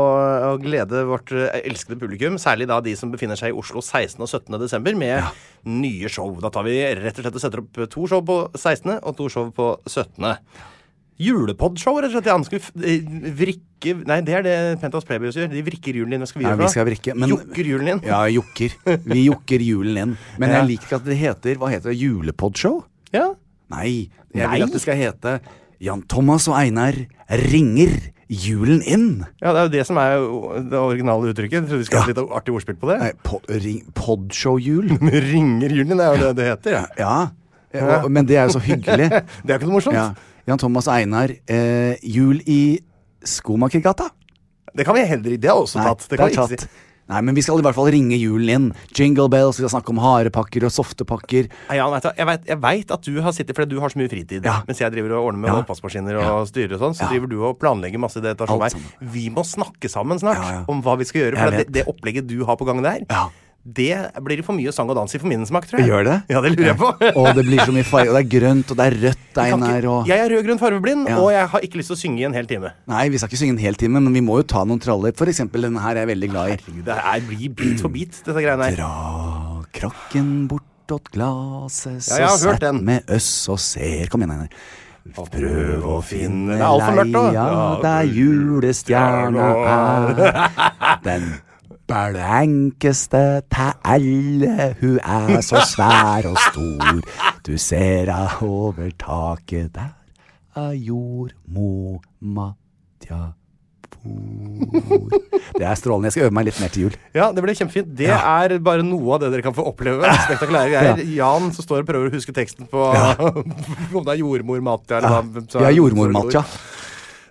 S3: å glede vårt eh, elskede publikum, særlig da de som befinner seg i Oslo 16. og 17. desember, med nye show. Da tar vi rett og slett og setter opp to show på 16. og to show på 17. Julepodshow, rett og slett. Jan. Skal vi f- eh, vrikke Nei, det er det Pentas Playboys gjør. De vrikker julen din. Hva skal vi
S2: Ja,
S3: gjøre
S2: vi
S3: for
S2: skal
S3: noe?
S2: vrikke, men-
S3: Jokker julen din.
S2: Ja, jokker. Vi jokker julen inn. Men
S3: Ja.
S2: jeg liker ikke at det heter Hva heter det? Julepodshow?
S3: Ja.
S2: Nei. Jeg
S3: Nei.
S2: vil at det skal hete Jan Thomas og Einar ringer julen inn.
S3: Ja, det er jo det som er jo det originale uttrykket. Jeg trodde vi skulle ha et litt artig ordspill på det.
S2: Nei, po ring podshow-jul.
S3: Ringer julen din, er jo det det heter. Ja.
S2: Ja. Og, men det er jo så hyggelig.
S3: Det er ikke noe morsomt.
S2: Ja. Jan Thomas og Einar, eh, jul i Skomakergata.
S3: Det kan vi heller ikke. Det er også
S2: Nei,
S3: tatt. Det kan vi ikke
S2: tatt.
S3: si.
S2: Nei, men vi skal i hvert fall ringe julen inn. Jingle bells, vi skal snakke om harepakker og softepakker.
S3: Nei, Jan, vet du, jeg vet- jeg veit at du har sittet fordi du har så mye fritid.
S2: Ja.
S3: Mens jeg driver og ordner med
S2: Ja.
S3: oppvaskmaskiner og styrer og sånn, så
S2: Ja.
S3: driver du og planlegger masse i det etasjen
S2: Alt
S3: her.
S2: sammen.
S3: Vi må snakke sammen snart
S2: Ja, ja.
S3: om hva vi skal gjøre.
S2: Jeg
S3: For det,
S2: vet.
S3: det opplegget du har på gang der,
S2: Ja.
S3: det blir for mye sang og dans i for min smak, tror jeg.
S2: Gjør det?
S3: Ja, det lurer jeg på.
S2: Og det blir så mye farge, og det er grønt, og det er rødt,
S3: Kan ikke-
S2: Einar, og
S3: Jeg er rød-grønn farveblind,
S2: Ja.
S3: og jeg har ikke lyst til å synge i en hel time.
S2: Nei, vi skal ikke synge en hel time, men vi må jo ta noen traller. For eksempel denne her er jeg veldig glad i.
S3: Herregud, Det er, blir bit for bit, disse greiene her.
S2: Dra krakken bortåt glaset, så
S3: jeg har hørt
S2: sett
S3: den.
S2: med øss og ser. Kom igjen, Einar.
S3: Prøv å finne Det er altfor mørkt nå.
S2: Leia, der julestjerna er. Den blankeste til alle, hun er så svær og stor. Du ser henne over taket, der er jordmor Matja Ford. Det er strålende. Jeg skal øve meg litt mer til jul.
S3: Ja, det blir kjempefint. Det er bare noe av det dere kan få oppleve. Spektakulære greier. Jan som står og prøver å huske teksten på om det er jordmor Matja eller hva. så-
S2: Jeg er jordmormatcha.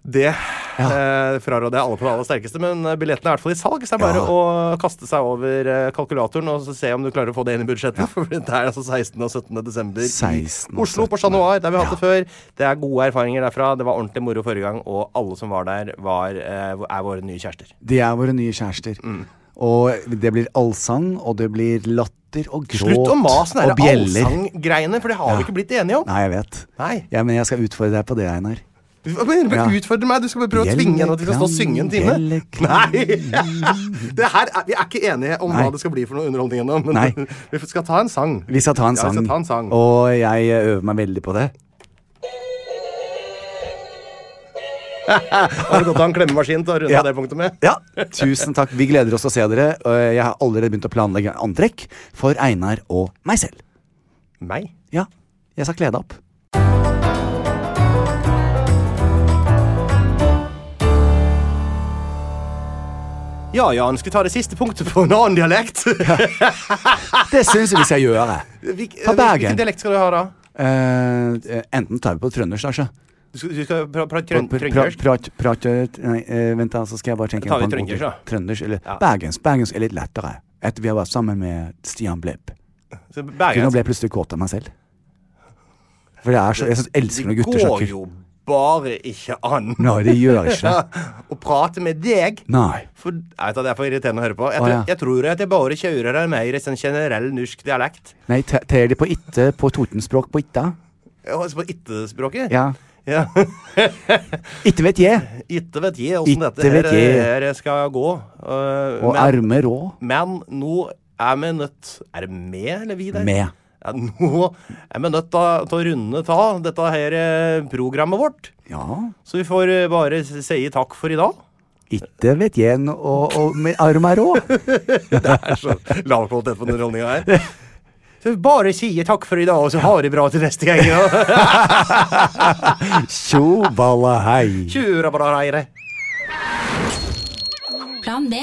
S3: Det eh, fraråder jeg alle på det aller sterkeste, men eh, billettene er i hvert fall i salg. Så det er bare
S2: Ja.
S3: å kaste seg over eh, kalkulatoren og så se om du klarer å få det inn i budsjettet. For det er altså 16. og 17. desember i
S2: 16. og
S3: Oslo på
S2: 17..
S3: Chat Noir, der vi har hatt det før. Det er gode erfaringer derfra. Det var ordentlig moro forrige gang, og alle som var der, var, eh, er våre nye kjærester.
S2: De er våre nye kjærester.
S3: Mm.
S2: Og det blir allsang, og det blir latter og gråt.
S3: Slutt å mase
S2: og
S3: med de der
S2: bjeller.
S3: allsanggreiene, for det har vi ikke blitt enige om.
S2: Nei, jeg vet.
S3: Nei.
S2: Ja, men jeg skal utfordre deg på det, Einar.
S3: Men, men
S2: Ja.
S3: Utfordre meg! Du skal bare prøve å tvinge henne til å stå og synge en time.
S2: Bjelleklang,
S3: Nei! Det her er, vi er ikke enige om hva
S2: Nei.
S3: det skal bli for noe underholdning ennå, men
S2: Nei.
S3: vi skal ta en sang.
S2: Vi skal ta en
S3: Ja, vi
S2: sang.
S3: skal ta en sang.
S2: Og jeg eh, øver meg veldig på det.
S3: Har du godt av en klemmmaskin til å runde
S2: Ja.
S3: av det punktet med?
S2: Ja, tusen takk. Vi gleder oss til å se dere. Og Jeg har allerede begynt å planlegge antrekk for Einar og meg selv.
S3: Meg?
S2: Ja, jeg skal kle deg opp.
S3: Ja, Jan, skal vi ta det siste punktet på en annen dialekt?
S2: Det syns jeg vi skal gjøre.
S3: Hvilk-
S2: Ta Bergen.
S3: Hvilken dialekt skal du ha da?
S2: Eh, enten tar vi på trøndersk, kanskje.
S3: Du skal, du skal pra- prate
S2: Pra-
S3: trøn-
S2: pra-
S3: trøndersk?
S2: Prat, prat, nei, eh, vent, da, så skal jeg bare tenke
S3: Da tar vi
S2: på en god
S3: trøndersk,
S2: til.
S3: da.
S2: Trøndersk, eller
S3: Ja.
S2: bergensk. Bergensk er litt lettere. Etter vi har vært sammen med Stian Blepp.
S3: Så
S2: Kunne
S3: Bergen.
S2: ble jeg plutselig kåt av meg selv. For det er så, jeg synes, elsker når gutter
S3: går
S2: snakker.
S3: jo bare ikke an
S2: Nei, det gjør ikke det.
S3: å prate med deg.
S2: Nei.
S3: For, jeg vet, at det er for irriterende å høre på. Jeg,
S2: Å,
S3: tror-
S2: ja.
S3: jeg tror at jeg bare kjører en mer sånn generell norsk dialekt.
S2: Nei, te- ter de på itte på totenspråk på itta?
S3: Ja, Altså på ittespråket?
S2: Ja.
S3: Ja.
S2: Itte vet jeg.
S3: Itte vet jeg åssen
S2: Itte
S3: dette her,
S2: vet jeg.
S3: her skal gå. Eh,
S2: Og
S3: men,
S2: arme rå.
S3: men nå er vi nødt Er det med eller vi der?
S2: Med.
S3: Ja, nå er vi nødt ta- til å runde av dette her eh, programmet vårt.
S2: Ja.
S3: Så vi får eh, bare s- si takk for i dag.
S2: Itte vet jeg, no- og, og med arme rå.
S3: Det er så lav kvalitet på den rollinga her. Så vi bare sier takk for i dag, og så ha det bra til neste gang. ja.
S2: Tjo balla hei.
S3: Tjura bra, reire.
S4: Plan B.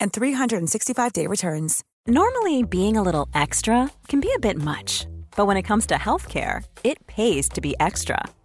S5: and 365-day returns.
S6: Normally, being a little extra can be a bit much, but when it comes to healthcare, it pays to be extra.